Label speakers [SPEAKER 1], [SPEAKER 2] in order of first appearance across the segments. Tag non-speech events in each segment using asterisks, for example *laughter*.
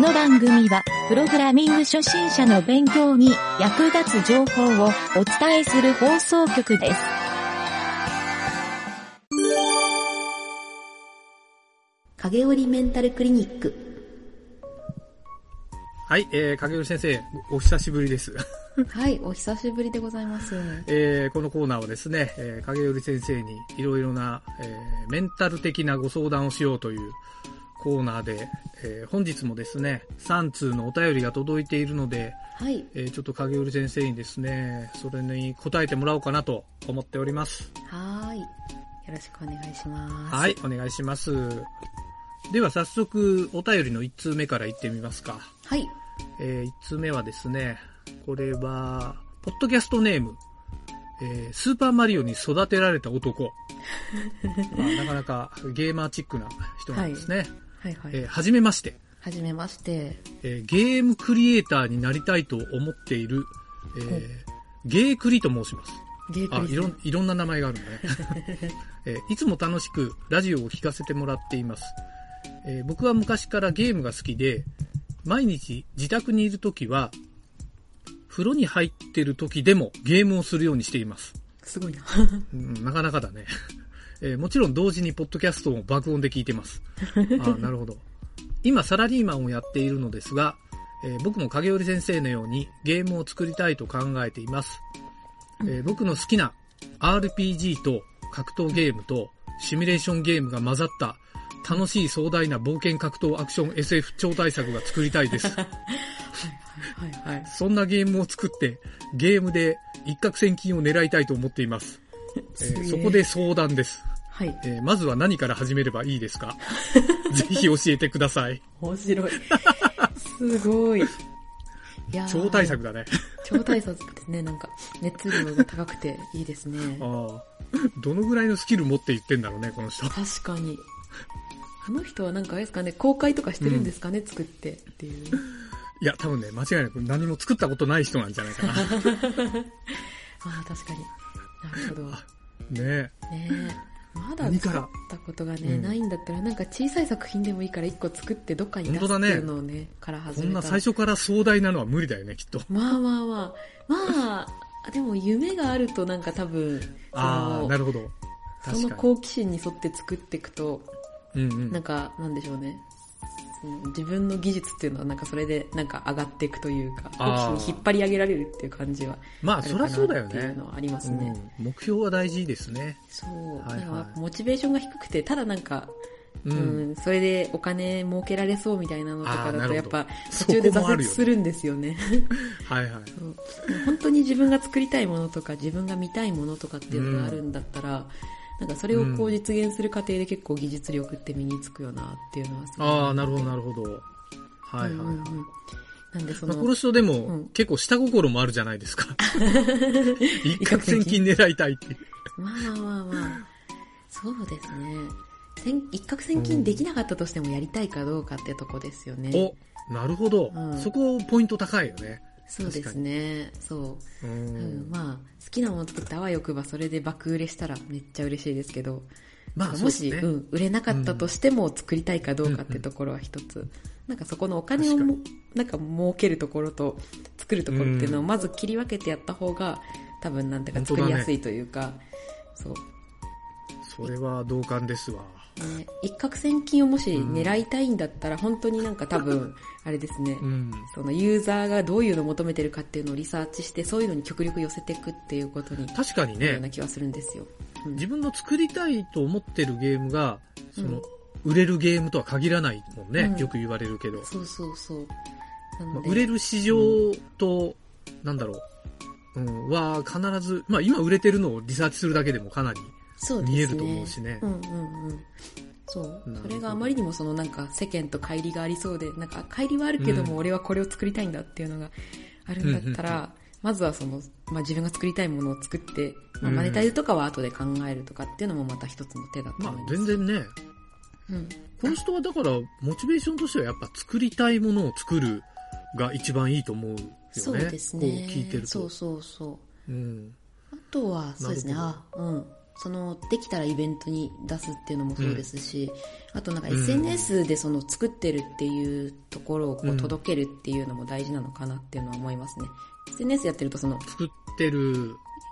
[SPEAKER 1] の番組は、プログラミング初心者の勉強に役立つ情報をお伝えする放送局です。
[SPEAKER 2] 影織メンタルクリニック。
[SPEAKER 3] はい、えー、影吉先生、おお久しぶりです。 *laughs*
[SPEAKER 2] はい、お久しぶりでございます。
[SPEAKER 3] えー、このコーナーはですね、えー、影吉先生にいろいろな、えー、メンタル的なご相談をしようというコーナーで、えー、本日もですね、3通のお便りが届いているので、
[SPEAKER 2] はい、
[SPEAKER 3] えー、ちょっと影吉先生にですね、それに答えてもらおうかなと思っております。
[SPEAKER 2] はーい。よろしくお願いします。
[SPEAKER 3] はい、お願いします。では早速、お便りの1通目から行ってみますか。
[SPEAKER 2] はい。
[SPEAKER 3] え1通目はですね、これは、ポッドキャストネーム、えースーパーマリオに育てられ
[SPEAKER 2] *laughs*
[SPEAKER 3] た男。まあなかなかゲーマーチックな人なんですね。
[SPEAKER 2] はいはい。
[SPEAKER 3] えーはじめまして、
[SPEAKER 2] はじめまして。
[SPEAKER 3] えーゲームクリエイターになりたいと思っている、えー
[SPEAKER 2] はい
[SPEAKER 3] ゲークリと申します。
[SPEAKER 2] ゲイク
[SPEAKER 3] あ
[SPEAKER 2] リス
[SPEAKER 3] いろん、いろんな名前がある
[SPEAKER 2] *laughs*
[SPEAKER 3] のね、えーいつも楽しくラジオを聴かせてもらっています、えー僕は昔からゲームが好きで、毎日自宅にいるときは、風呂に入ってるときでもゲームをするようにしています。
[SPEAKER 2] す
[SPEAKER 3] *laughs*
[SPEAKER 2] ごいな。
[SPEAKER 3] うん、なかなかだね、 *laughs* えーもちろん同時にポッドキャストも爆音で聞い
[SPEAKER 2] *laughs*
[SPEAKER 3] てます。あーなるほど。今サラリーマンをやっているのですが、えー僕も影織先生のようにゲームを作りたいと考えています。えー僕の好きな RPG と格闘ゲームとシミュレーションゲームが混ざった楽しい壮大な冒険格闘アクション SF 超大作が作りたい
[SPEAKER 2] *laughs*
[SPEAKER 3] です。
[SPEAKER 2] はいはい。
[SPEAKER 3] そんなゲームを作ってゲームで一攫千金を狙いたいと思っています。えー
[SPEAKER 2] すげえ
[SPEAKER 3] そこで。相談です。
[SPEAKER 2] はい。
[SPEAKER 3] えーまずは何から始めればいいで
[SPEAKER 2] *laughs*
[SPEAKER 3] すかぜひ教えてください。
[SPEAKER 2] 面
[SPEAKER 3] *laughs*
[SPEAKER 2] 白い。すごい。いやー
[SPEAKER 3] 超大。作だね。
[SPEAKER 2] 超大作ですね。なんか、熱量が高くていいですね。
[SPEAKER 3] あーどのぐらいのスキル持って言ってんだろうね、この人。
[SPEAKER 2] 確かに。あの人はなんかあれですかね、公開とかしてるんですかね、作ってっていう。
[SPEAKER 3] いや、多分ね、間違いなく何も作ったことない人なんじ
[SPEAKER 2] *laughs*
[SPEAKER 3] ゃないかな。ね
[SPEAKER 2] ああ、確かに。なるほど。
[SPEAKER 3] え。
[SPEAKER 2] ねえ。まだ
[SPEAKER 3] 何か
[SPEAKER 2] 作っ
[SPEAKER 3] ら
[SPEAKER 2] たことがね、
[SPEAKER 3] うん
[SPEAKER 2] ないんだったら、なんか小さい作品でもいいから一個作ってどっかに出す
[SPEAKER 3] 本当
[SPEAKER 2] っ
[SPEAKER 3] だ
[SPEAKER 2] て
[SPEAKER 3] ね
[SPEAKER 2] いうのをね、から始め
[SPEAKER 3] こ
[SPEAKER 2] た
[SPEAKER 3] んな最初から壮大なのは無理だよね、きっと。
[SPEAKER 2] まあまあまあ。まああ、でも夢があるとなんか多分、
[SPEAKER 3] ああ、なるほど。
[SPEAKER 2] そのその
[SPEAKER 3] 確かに。
[SPEAKER 2] 好奇心に沿って作っていくと、
[SPEAKER 3] うんうん。
[SPEAKER 2] なんか、なんでしょうね。その自分の技術っていうのはなんかそれでなんか上がっていくというか、好
[SPEAKER 3] あー
[SPEAKER 2] 奇心に引っ張り上げられるっていう感じは
[SPEAKER 3] ま
[SPEAKER 2] あ
[SPEAKER 3] あ、
[SPEAKER 2] る
[SPEAKER 3] そ
[SPEAKER 2] か
[SPEAKER 3] り
[SPEAKER 2] な
[SPEAKER 3] ゃそうだよ
[SPEAKER 2] っていう
[SPEAKER 3] ね。
[SPEAKER 2] のはあります
[SPEAKER 3] う
[SPEAKER 2] ね。
[SPEAKER 3] ん、目標は大事ですね。
[SPEAKER 2] そう。
[SPEAKER 3] はいはい
[SPEAKER 2] だからモチベーションが低くて、ただなんか、
[SPEAKER 3] う。
[SPEAKER 2] うんん、それでお金儲けられそうみたいなのとか
[SPEAKER 3] あー
[SPEAKER 2] だ
[SPEAKER 3] な
[SPEAKER 2] と
[SPEAKER 3] る
[SPEAKER 2] や
[SPEAKER 3] ほ
[SPEAKER 2] っ
[SPEAKER 3] ど
[SPEAKER 2] ぱ途中で
[SPEAKER 3] そこも
[SPEAKER 2] 挫
[SPEAKER 3] あ
[SPEAKER 2] 折
[SPEAKER 3] るよね
[SPEAKER 2] するんですよね。
[SPEAKER 3] はいはい。
[SPEAKER 2] そう本当に自分が作りたいものとか自分が見たいものとかっていうのがあるんだったら、なんかそれをこ
[SPEAKER 3] う
[SPEAKER 2] うん実現する過程で結構技術力って身につくよなっていうのはすごい
[SPEAKER 3] ああ、なるほど、なるほど。はいはい。
[SPEAKER 2] うんうんうんなんでそ
[SPEAKER 3] ま
[SPEAKER 2] の、
[SPEAKER 3] あ、この人でも、
[SPEAKER 2] うん
[SPEAKER 3] 結構下心もあるじゃないで
[SPEAKER 2] *laughs*
[SPEAKER 3] すか。一攫千金狙いたいっていう。
[SPEAKER 2] まあまあまあまあ、そうですね。千一攫千金できなかったとしてもやりたいかどうかってとこですよね。
[SPEAKER 3] お、なるほど。
[SPEAKER 2] うん
[SPEAKER 3] そこポイント高いよね。
[SPEAKER 2] そうですね。そう。
[SPEAKER 3] う
[SPEAKER 2] うん
[SPEAKER 3] ん。
[SPEAKER 2] まあ好きなもの作ってあわよくばそれで爆売れしたらめっちゃ嬉しいですけど、
[SPEAKER 3] まあ、そう
[SPEAKER 2] も
[SPEAKER 3] です
[SPEAKER 2] し
[SPEAKER 3] ね。
[SPEAKER 2] うん、売れなかったとしても作りたいかどうかってところは一つ、なんかそこのお金をもなんか儲けるところと作るところっていうのを
[SPEAKER 3] うん
[SPEAKER 2] まず切り分けてやった方が多分なんていうか
[SPEAKER 3] 本当
[SPEAKER 2] 作
[SPEAKER 3] だ
[SPEAKER 2] り
[SPEAKER 3] ね
[SPEAKER 2] やすいというか、そう
[SPEAKER 3] それは同感ですわ。
[SPEAKER 2] ね、一攫千金をもし狙いたいんだったら本当になんか多分あれですね、
[SPEAKER 3] うん。
[SPEAKER 2] そのユーザーがどういうのを求めてるかっていうのをリサーチしてそういうのに極力寄せていくっていうことに
[SPEAKER 3] 確かに
[SPEAKER 2] ような
[SPEAKER 3] ね、
[SPEAKER 2] 気はするんですよ。うん
[SPEAKER 3] 自分の作りたいと思ってるゲームが、その、
[SPEAKER 2] うん
[SPEAKER 3] 売れるゲームとは限らないもんね。
[SPEAKER 2] うん
[SPEAKER 3] よく言われるけど。
[SPEAKER 2] そうそうそう。な
[SPEAKER 3] ま
[SPEAKER 2] の
[SPEAKER 3] あ
[SPEAKER 2] で、
[SPEAKER 3] 売れる市場と、なんだろう、うん、は必ず、まあ今売れてるのをリサーチするだけでもかなり
[SPEAKER 2] そうですね
[SPEAKER 3] 見えると思うしね
[SPEAKER 2] う。んうんうん。そう
[SPEAKER 3] なる。ほ
[SPEAKER 2] そ
[SPEAKER 3] ど
[SPEAKER 2] れがあまりにもそのなんか世間と乖離がありそうで、なんか乖離はあるけど
[SPEAKER 3] う
[SPEAKER 2] も
[SPEAKER 3] ん
[SPEAKER 2] 俺はこれを作りたいんだっていうのがあるんだった
[SPEAKER 3] うんう
[SPEAKER 2] ら、まずはその、まあ自分が作りたいものを作って、まあ
[SPEAKER 3] うん
[SPEAKER 2] マネタイズとかは後で考えるとかっていうのもまた一つの手だと思
[SPEAKER 3] まあ
[SPEAKER 2] います。
[SPEAKER 3] 全然ね、
[SPEAKER 2] うん。
[SPEAKER 3] この人はだから、モチベーションとしてはやっぱ作りたいものを作るが一番いいと思うよね。
[SPEAKER 2] そうですね。
[SPEAKER 3] こう聞いてると。
[SPEAKER 2] そうそうそう。
[SPEAKER 3] うん。
[SPEAKER 2] あとは、そうですね、
[SPEAKER 3] なる
[SPEAKER 2] あ、うん。そのできたらイベントに出すっていうのもそうですし、あとなんか SNS でその作ってるっていうところをこ
[SPEAKER 3] う
[SPEAKER 2] うん届けるっていうのも大事なのかなっていうのは思いますね。SNS やってるとその
[SPEAKER 3] 作ってる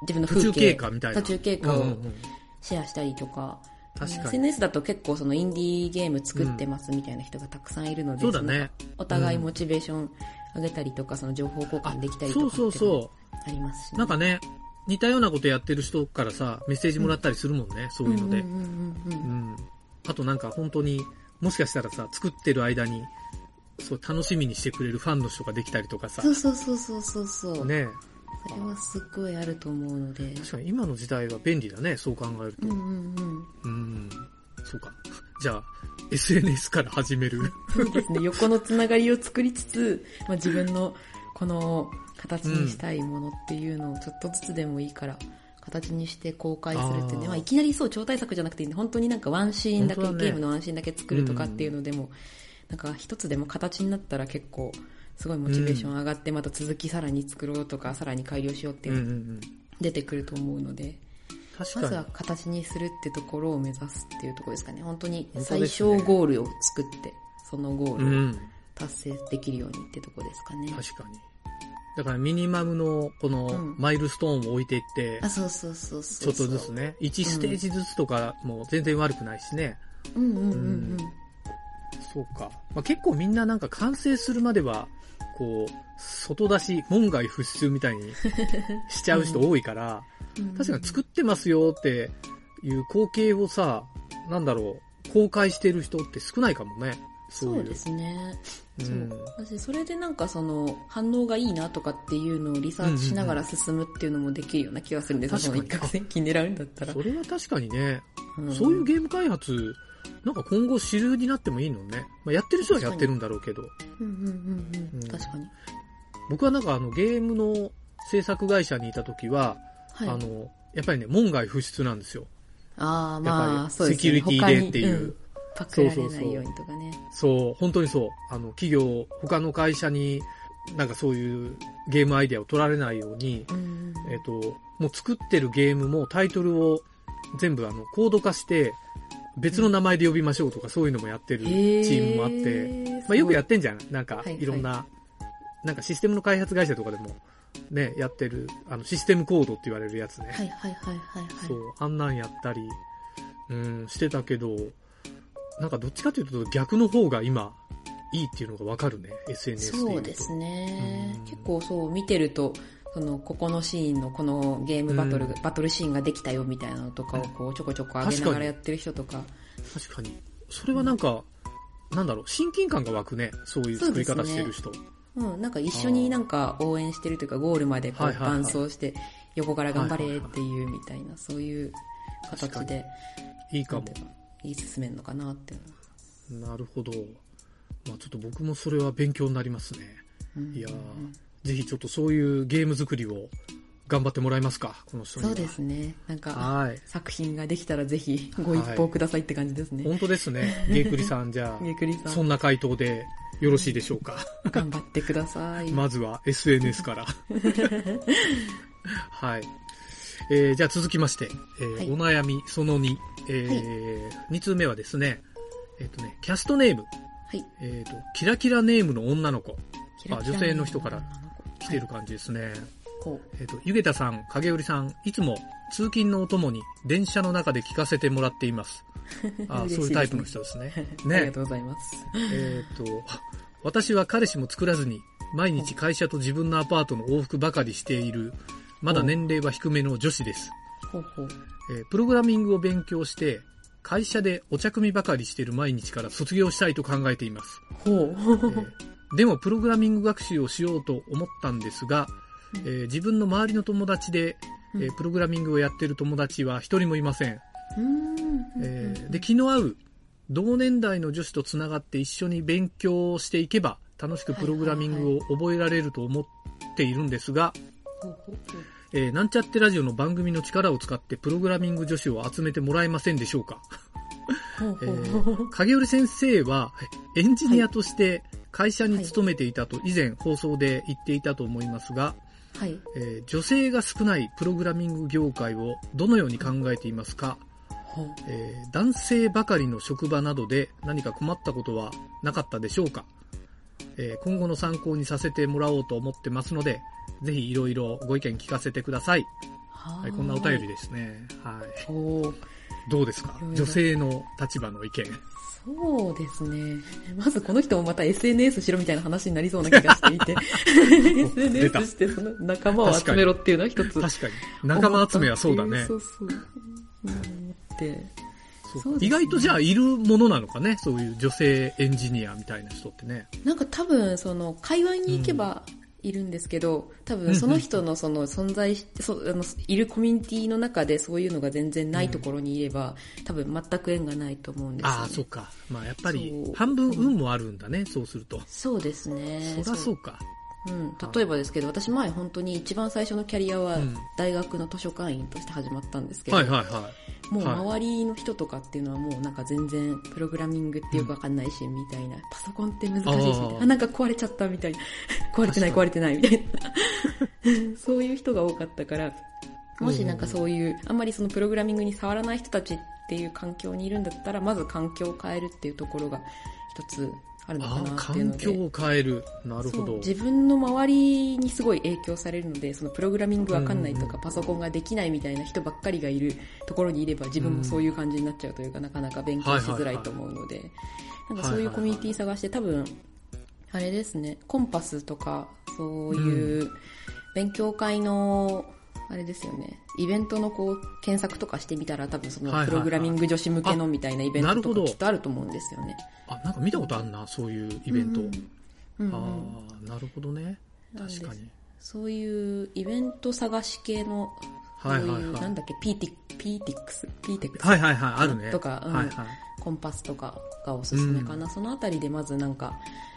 [SPEAKER 2] 自分の
[SPEAKER 3] 途
[SPEAKER 2] 風
[SPEAKER 3] 中
[SPEAKER 2] 景
[SPEAKER 3] 経過みたいな。
[SPEAKER 2] 途中経過
[SPEAKER 3] うんう
[SPEAKER 2] を
[SPEAKER 3] んうん
[SPEAKER 2] シェアしたりとか、
[SPEAKER 3] 確かに。
[SPEAKER 2] SNS だと結構そのインディーゲーム作ってますみたいな人がたくさんいるので、
[SPEAKER 3] そうだね。
[SPEAKER 2] お互い
[SPEAKER 3] うん
[SPEAKER 2] モチベーション上げたりとか、その情報交
[SPEAKER 3] あ
[SPEAKER 2] 換できたり
[SPEAKER 3] そ
[SPEAKER 2] と
[SPEAKER 3] う
[SPEAKER 2] か
[SPEAKER 3] そ
[SPEAKER 2] っ
[SPEAKER 3] う
[SPEAKER 2] ていうのも
[SPEAKER 3] そ
[SPEAKER 2] ありますし、
[SPEAKER 3] う。なんかね、似たようなことやってる人からさ、メッセージもらったりするもんね、そういうの
[SPEAKER 2] ん
[SPEAKER 3] で。
[SPEAKER 2] うんうんうん
[SPEAKER 3] う
[SPEAKER 2] うん
[SPEAKER 3] ん。あとなんか本当に、もしかしたらさ、作ってる間に、そう、楽しみにしてくれるファンの人ができたりとかさ
[SPEAKER 2] そ。うそうそうそうそうそう、
[SPEAKER 3] ね
[SPEAKER 2] それはすっごいあると思うので
[SPEAKER 3] 確かに今の時代は便利だね、そう考える
[SPEAKER 2] う
[SPEAKER 3] と。
[SPEAKER 2] んうんうん
[SPEAKER 3] うん。そうか。じゃあ、SNS から始める。
[SPEAKER 2] そうですね横のつながりを作りつつ、 *laughs* まあ、自分のこの形にしたいものっていうのをちょっとずつでもいいから形にして公開するっていう
[SPEAKER 3] あ
[SPEAKER 2] ね
[SPEAKER 3] ー
[SPEAKER 2] まあ、いきなりそう超大作じゃなくていいんで本当になんかワンシーンだけ
[SPEAKER 3] 本当だね
[SPEAKER 2] ゲームのワンシーンだけ作るとかっていうのでも、なんか一つでも形になったら結構すごいモチベーション上がってまた続きさらに作ろうとかさらに改良しようって
[SPEAKER 3] う
[SPEAKER 2] い
[SPEAKER 3] ん
[SPEAKER 2] う
[SPEAKER 3] うんう
[SPEAKER 2] のが
[SPEAKER 3] ん。
[SPEAKER 2] 出てくると思うので。
[SPEAKER 3] 確
[SPEAKER 2] まず
[SPEAKER 3] か
[SPEAKER 2] は
[SPEAKER 3] に。
[SPEAKER 2] 形にするってところを目指すっていうところですかね。本当に
[SPEAKER 3] 本当
[SPEAKER 2] 最
[SPEAKER 3] です
[SPEAKER 2] 小
[SPEAKER 3] ね
[SPEAKER 2] ゴールを作って、そのゴー
[SPEAKER 3] う
[SPEAKER 2] ルを
[SPEAKER 3] ん。
[SPEAKER 2] 達成できるようにってところですかね。
[SPEAKER 3] 確かに。だからミニマムのこの
[SPEAKER 2] うん
[SPEAKER 3] マイルストーンを置いていって
[SPEAKER 2] あ、、そうそうそうそ
[SPEAKER 3] ちょ
[SPEAKER 2] う
[SPEAKER 3] っと
[SPEAKER 2] そう。
[SPEAKER 3] ずつね、1ステージずつとかも全然悪くないしね。
[SPEAKER 2] うんうんうんうん。
[SPEAKER 3] そうか。まあ、結構みんななんか完成するまでは、こう、外出し、門外不出みたいにしちゃう人多いから、
[SPEAKER 2] うん
[SPEAKER 3] 確かに作ってますよっていう光景をさ、なんだろう、公開してる人って少ないかもね。
[SPEAKER 2] そう
[SPEAKER 3] い
[SPEAKER 2] ですね。
[SPEAKER 3] う。
[SPEAKER 2] そうん私、それでなんかその、反応がいいなとかっていうのをリサーチしながら進むっていうのもできるような気がするんですよ。
[SPEAKER 3] 確
[SPEAKER 2] そ
[SPEAKER 3] か
[SPEAKER 2] の
[SPEAKER 3] に
[SPEAKER 2] 一攫千金狙うんだったら。
[SPEAKER 3] それは確かにね、
[SPEAKER 2] うん
[SPEAKER 3] そういうゲーム開発、なんか今後主流になってもいいのね。まあ、やってる人はやってるんだろうけど。
[SPEAKER 2] うんうんうん
[SPEAKER 3] う
[SPEAKER 2] うんん。確かに。
[SPEAKER 3] 僕はなんかあのゲームの制作会社にいた時は、
[SPEAKER 2] はい。
[SPEAKER 3] あの、やっぱりね、門外不出なんですよ。
[SPEAKER 2] ああ、
[SPEAKER 3] やっぱり
[SPEAKER 2] まあ、そうで
[SPEAKER 3] セ
[SPEAKER 2] す
[SPEAKER 3] キュ
[SPEAKER 2] ね。
[SPEAKER 3] リティでってい
[SPEAKER 2] 他
[SPEAKER 3] う。
[SPEAKER 2] にんパクられないようにとかね。
[SPEAKER 3] そう、本当にそう。あの、企業、他の会社に、なんかそういうゲームアイデアを取られないように、
[SPEAKER 2] うん
[SPEAKER 3] えっ、と、もう作ってるゲームもタイトルを全部あの、コード化して、別の名前で呼びましょうとか、そういうのもやってるチームもあって、まあよくや
[SPEAKER 2] っ
[SPEAKER 3] ってんじゃん。なんか
[SPEAKER 2] は、い
[SPEAKER 3] いろんな、なんかシステムの開発会社とかでも、ね、やってる、あの、システムコードって言われるやつね。
[SPEAKER 2] はいはいはいはいはい。
[SPEAKER 3] そう、あんなんやったり、うん、してたけど、なんかどっちかというと逆の方が今、いいっていうのがわかるね、SNS で言うと。
[SPEAKER 2] そうですね
[SPEAKER 3] うん。
[SPEAKER 2] 結構そう見てると、その、ここのシーンのこのゲームバトルが、
[SPEAKER 3] うん
[SPEAKER 2] バトルシーンができたよみたいなのとかをこうちょこちょこ上げな
[SPEAKER 3] 確
[SPEAKER 2] が
[SPEAKER 3] かに
[SPEAKER 2] らやってる人とか。
[SPEAKER 3] 確かに。それはなんか、なんだろう、親近感が湧くね、そういう作り方してる人。
[SPEAKER 2] うん、なんか一緒になんか応援してるというか、ゴールまでこ
[SPEAKER 3] は
[SPEAKER 2] う
[SPEAKER 3] いはいはい
[SPEAKER 2] 伴走して、横から頑張れっていうみたいな、そういう形で、
[SPEAKER 3] いいかも
[SPEAKER 2] なん。ていうか言い進めるのかなっていうのは。
[SPEAKER 3] なるほど。まあちょっと僕もそれは勉強になりますね。
[SPEAKER 2] うん
[SPEAKER 3] いやーぜひちょっとそういうゲーム作りを頑張ってもらえますか、この人に
[SPEAKER 2] そ
[SPEAKER 3] は。
[SPEAKER 2] うですね。なんか、
[SPEAKER 3] はい。
[SPEAKER 2] 作品ができたらぜひご一報くださいって感じですね。
[SPEAKER 3] 本当で
[SPEAKER 2] *laughs*
[SPEAKER 3] すね。ゲイクリさん、じゃ
[SPEAKER 2] ゆくり
[SPEAKER 3] あ、
[SPEAKER 2] さ
[SPEAKER 3] そ
[SPEAKER 2] ん、
[SPEAKER 3] んな回答でよろしいでしょうか。
[SPEAKER 2] 頑張ってください。
[SPEAKER 3] まずは SNS
[SPEAKER 2] *laughs*
[SPEAKER 3] から。はい。えーじゃあ続きまして、えー
[SPEAKER 2] はい
[SPEAKER 3] お悩みその2、えー2通目はですね、えっ、とね、キャストネーム、
[SPEAKER 2] はい。
[SPEAKER 3] えっ、と、キラキラネームの女の子、
[SPEAKER 2] キラキラ
[SPEAKER 3] 女性の人から来て
[SPEAKER 2] は
[SPEAKER 3] る感じですね。
[SPEAKER 2] いこう。
[SPEAKER 3] えっ、と、ゆげたさん、影織さん、いつも通勤のお供に電車の中で聞かせてもらって
[SPEAKER 2] *laughs*
[SPEAKER 3] います。あー
[SPEAKER 2] 嬉しいですね
[SPEAKER 3] そういうタイプの人で
[SPEAKER 2] *laughs*
[SPEAKER 3] すね。
[SPEAKER 2] あり
[SPEAKER 3] ね
[SPEAKER 2] がと。うございます。
[SPEAKER 3] えーっと、私は彼氏も作らずに、毎日会社と自分のアパートの往復ばかりしている、まだ年齢は低めの女子です。
[SPEAKER 2] ほうほう。
[SPEAKER 3] えープログラミングを勉強して、会社でお茶組ばかりしている毎日から卒業したいと考えています。
[SPEAKER 2] ほう。
[SPEAKER 3] えーでもプログラミング学習をしようと思ったんですが、えー自分の周りの友達で、えー
[SPEAKER 2] うん
[SPEAKER 3] プログラミングをやっている友達は一人もいません。
[SPEAKER 2] うーん。
[SPEAKER 3] えーで気の合う同年代の女子とつながって一緒に勉強していけば楽しくプログラミングを覚えられると思っているんですが、
[SPEAKER 2] ほうほうほう
[SPEAKER 3] えーなんちゃってラジオの番組の力を使ってプログラミング女子を集めてもらえませんでしょうか、
[SPEAKER 2] ほう
[SPEAKER 3] え
[SPEAKER 2] ほうほう。
[SPEAKER 3] ー、影織先生はエンジニアとして会社に勤めていたと以前放送で言っていたと思いますが、
[SPEAKER 2] はい。
[SPEAKER 3] えー女性が少ないプログラミング業界をどのように考えていますか、
[SPEAKER 2] ほう
[SPEAKER 3] えー男性ばかりの職場などで何か困ったことはなかったでしょうか、えー今後の参考にさせてもらおうと思ってますので、ぜひいろいろご意見聞かせてください。
[SPEAKER 2] は
[SPEAKER 3] は
[SPEAKER 2] ー
[SPEAKER 3] い、こんなお便り。ですね。はい。
[SPEAKER 2] おー
[SPEAKER 3] どうですか
[SPEAKER 2] いろいろ
[SPEAKER 3] 女性の立場の意見。
[SPEAKER 2] そうですね。まずこの人もまた SNS しろみたいな話になりそうな気がしてい
[SPEAKER 3] *laughs*
[SPEAKER 2] て。
[SPEAKER 3] 出た
[SPEAKER 2] SNS してその仲間を集めろっていうのは一つ。
[SPEAKER 3] 確かに。仲間集めはそうだね。
[SPEAKER 2] そうそう。うんって
[SPEAKER 3] そう
[SPEAKER 2] そうですね
[SPEAKER 3] 意外とじゃあいるものなのかねそういう女性エンジニアみたいな人ってね。
[SPEAKER 2] なんか多分、その、界隈に行けばいるんですけど、多分その人のその存在し、そあのいるコミュニティの中でそういうのが全然ないところにいれば、多分全く縁がないと思うんですよ、ね。
[SPEAKER 3] ああ、そうか。まあやっぱり
[SPEAKER 2] そう
[SPEAKER 3] 半分運もあるんだね、そうすると。
[SPEAKER 2] そうですね。
[SPEAKER 3] そりゃそうか。
[SPEAKER 2] うん、例えばですけど、私前本当に一番最初のキャリアは
[SPEAKER 3] うん
[SPEAKER 2] 大学の図書館員として始まったんですけど、
[SPEAKER 3] はいはいは
[SPEAKER 2] もう
[SPEAKER 3] はい
[SPEAKER 2] 周りの人とかっていうのはもうなんか全然プログラミングってよくわかんないし、みたいな、パソコンって難しいし、みたい
[SPEAKER 3] あ
[SPEAKER 2] な
[SPEAKER 3] ー
[SPEAKER 2] あ、なんか壊れちゃったみ
[SPEAKER 3] *laughs*
[SPEAKER 2] たいな、壊れてない
[SPEAKER 3] 確か
[SPEAKER 2] 壊れてないみたいな、 *laughs* そういう人が多かったから、もしなんかそういう、あんまりそのプログラミングに触らない人たちっていう環境にいるんだったら、まず環境を変えるっていうところが一つある
[SPEAKER 3] い。
[SPEAKER 2] のか
[SPEAKER 3] ああ、
[SPEAKER 2] なっていうの
[SPEAKER 3] 環
[SPEAKER 2] で。
[SPEAKER 3] 境を変える。なるほ
[SPEAKER 2] そう
[SPEAKER 3] ど。
[SPEAKER 2] 自分の周りにすごい影響されるのでそのプログラミングわかんないと
[SPEAKER 3] うんう
[SPEAKER 2] かパソコンができないみたいな人ばっかりがいるところにいれば自分もそういう感じになっちゃうというかなかなか勉強しづらいと思うのでなんかそういうコミュニティ探して多分あれですねコンパスとかそういう勉強会のあれですよねイベントのこう検索とかしてみたら多分そ
[SPEAKER 3] はい
[SPEAKER 2] の
[SPEAKER 3] はい
[SPEAKER 2] プ
[SPEAKER 3] はい
[SPEAKER 2] ログラミング女子向けのみたいなイベン
[SPEAKER 3] なる
[SPEAKER 2] ト
[SPEAKER 3] ほ
[SPEAKER 2] と
[SPEAKER 3] ど
[SPEAKER 2] かきっとあると思うんですよね。
[SPEAKER 3] あ、なんか見たことあんな、そういうイベント。
[SPEAKER 2] うんうん
[SPEAKER 3] ああ、なるほどね。
[SPEAKER 2] なんです
[SPEAKER 3] 確かに。
[SPEAKER 2] そういうイベント探し系の、
[SPEAKER 3] はいはいはい
[SPEAKER 2] そういうなんだっけ、ピーティピーティックス、ピーティックス、
[SPEAKER 3] はいはいはい、あるね。
[SPEAKER 2] とかうん
[SPEAKER 3] はいはい。
[SPEAKER 2] コンパスとかがおすすめかな。そのあたりでまずなんか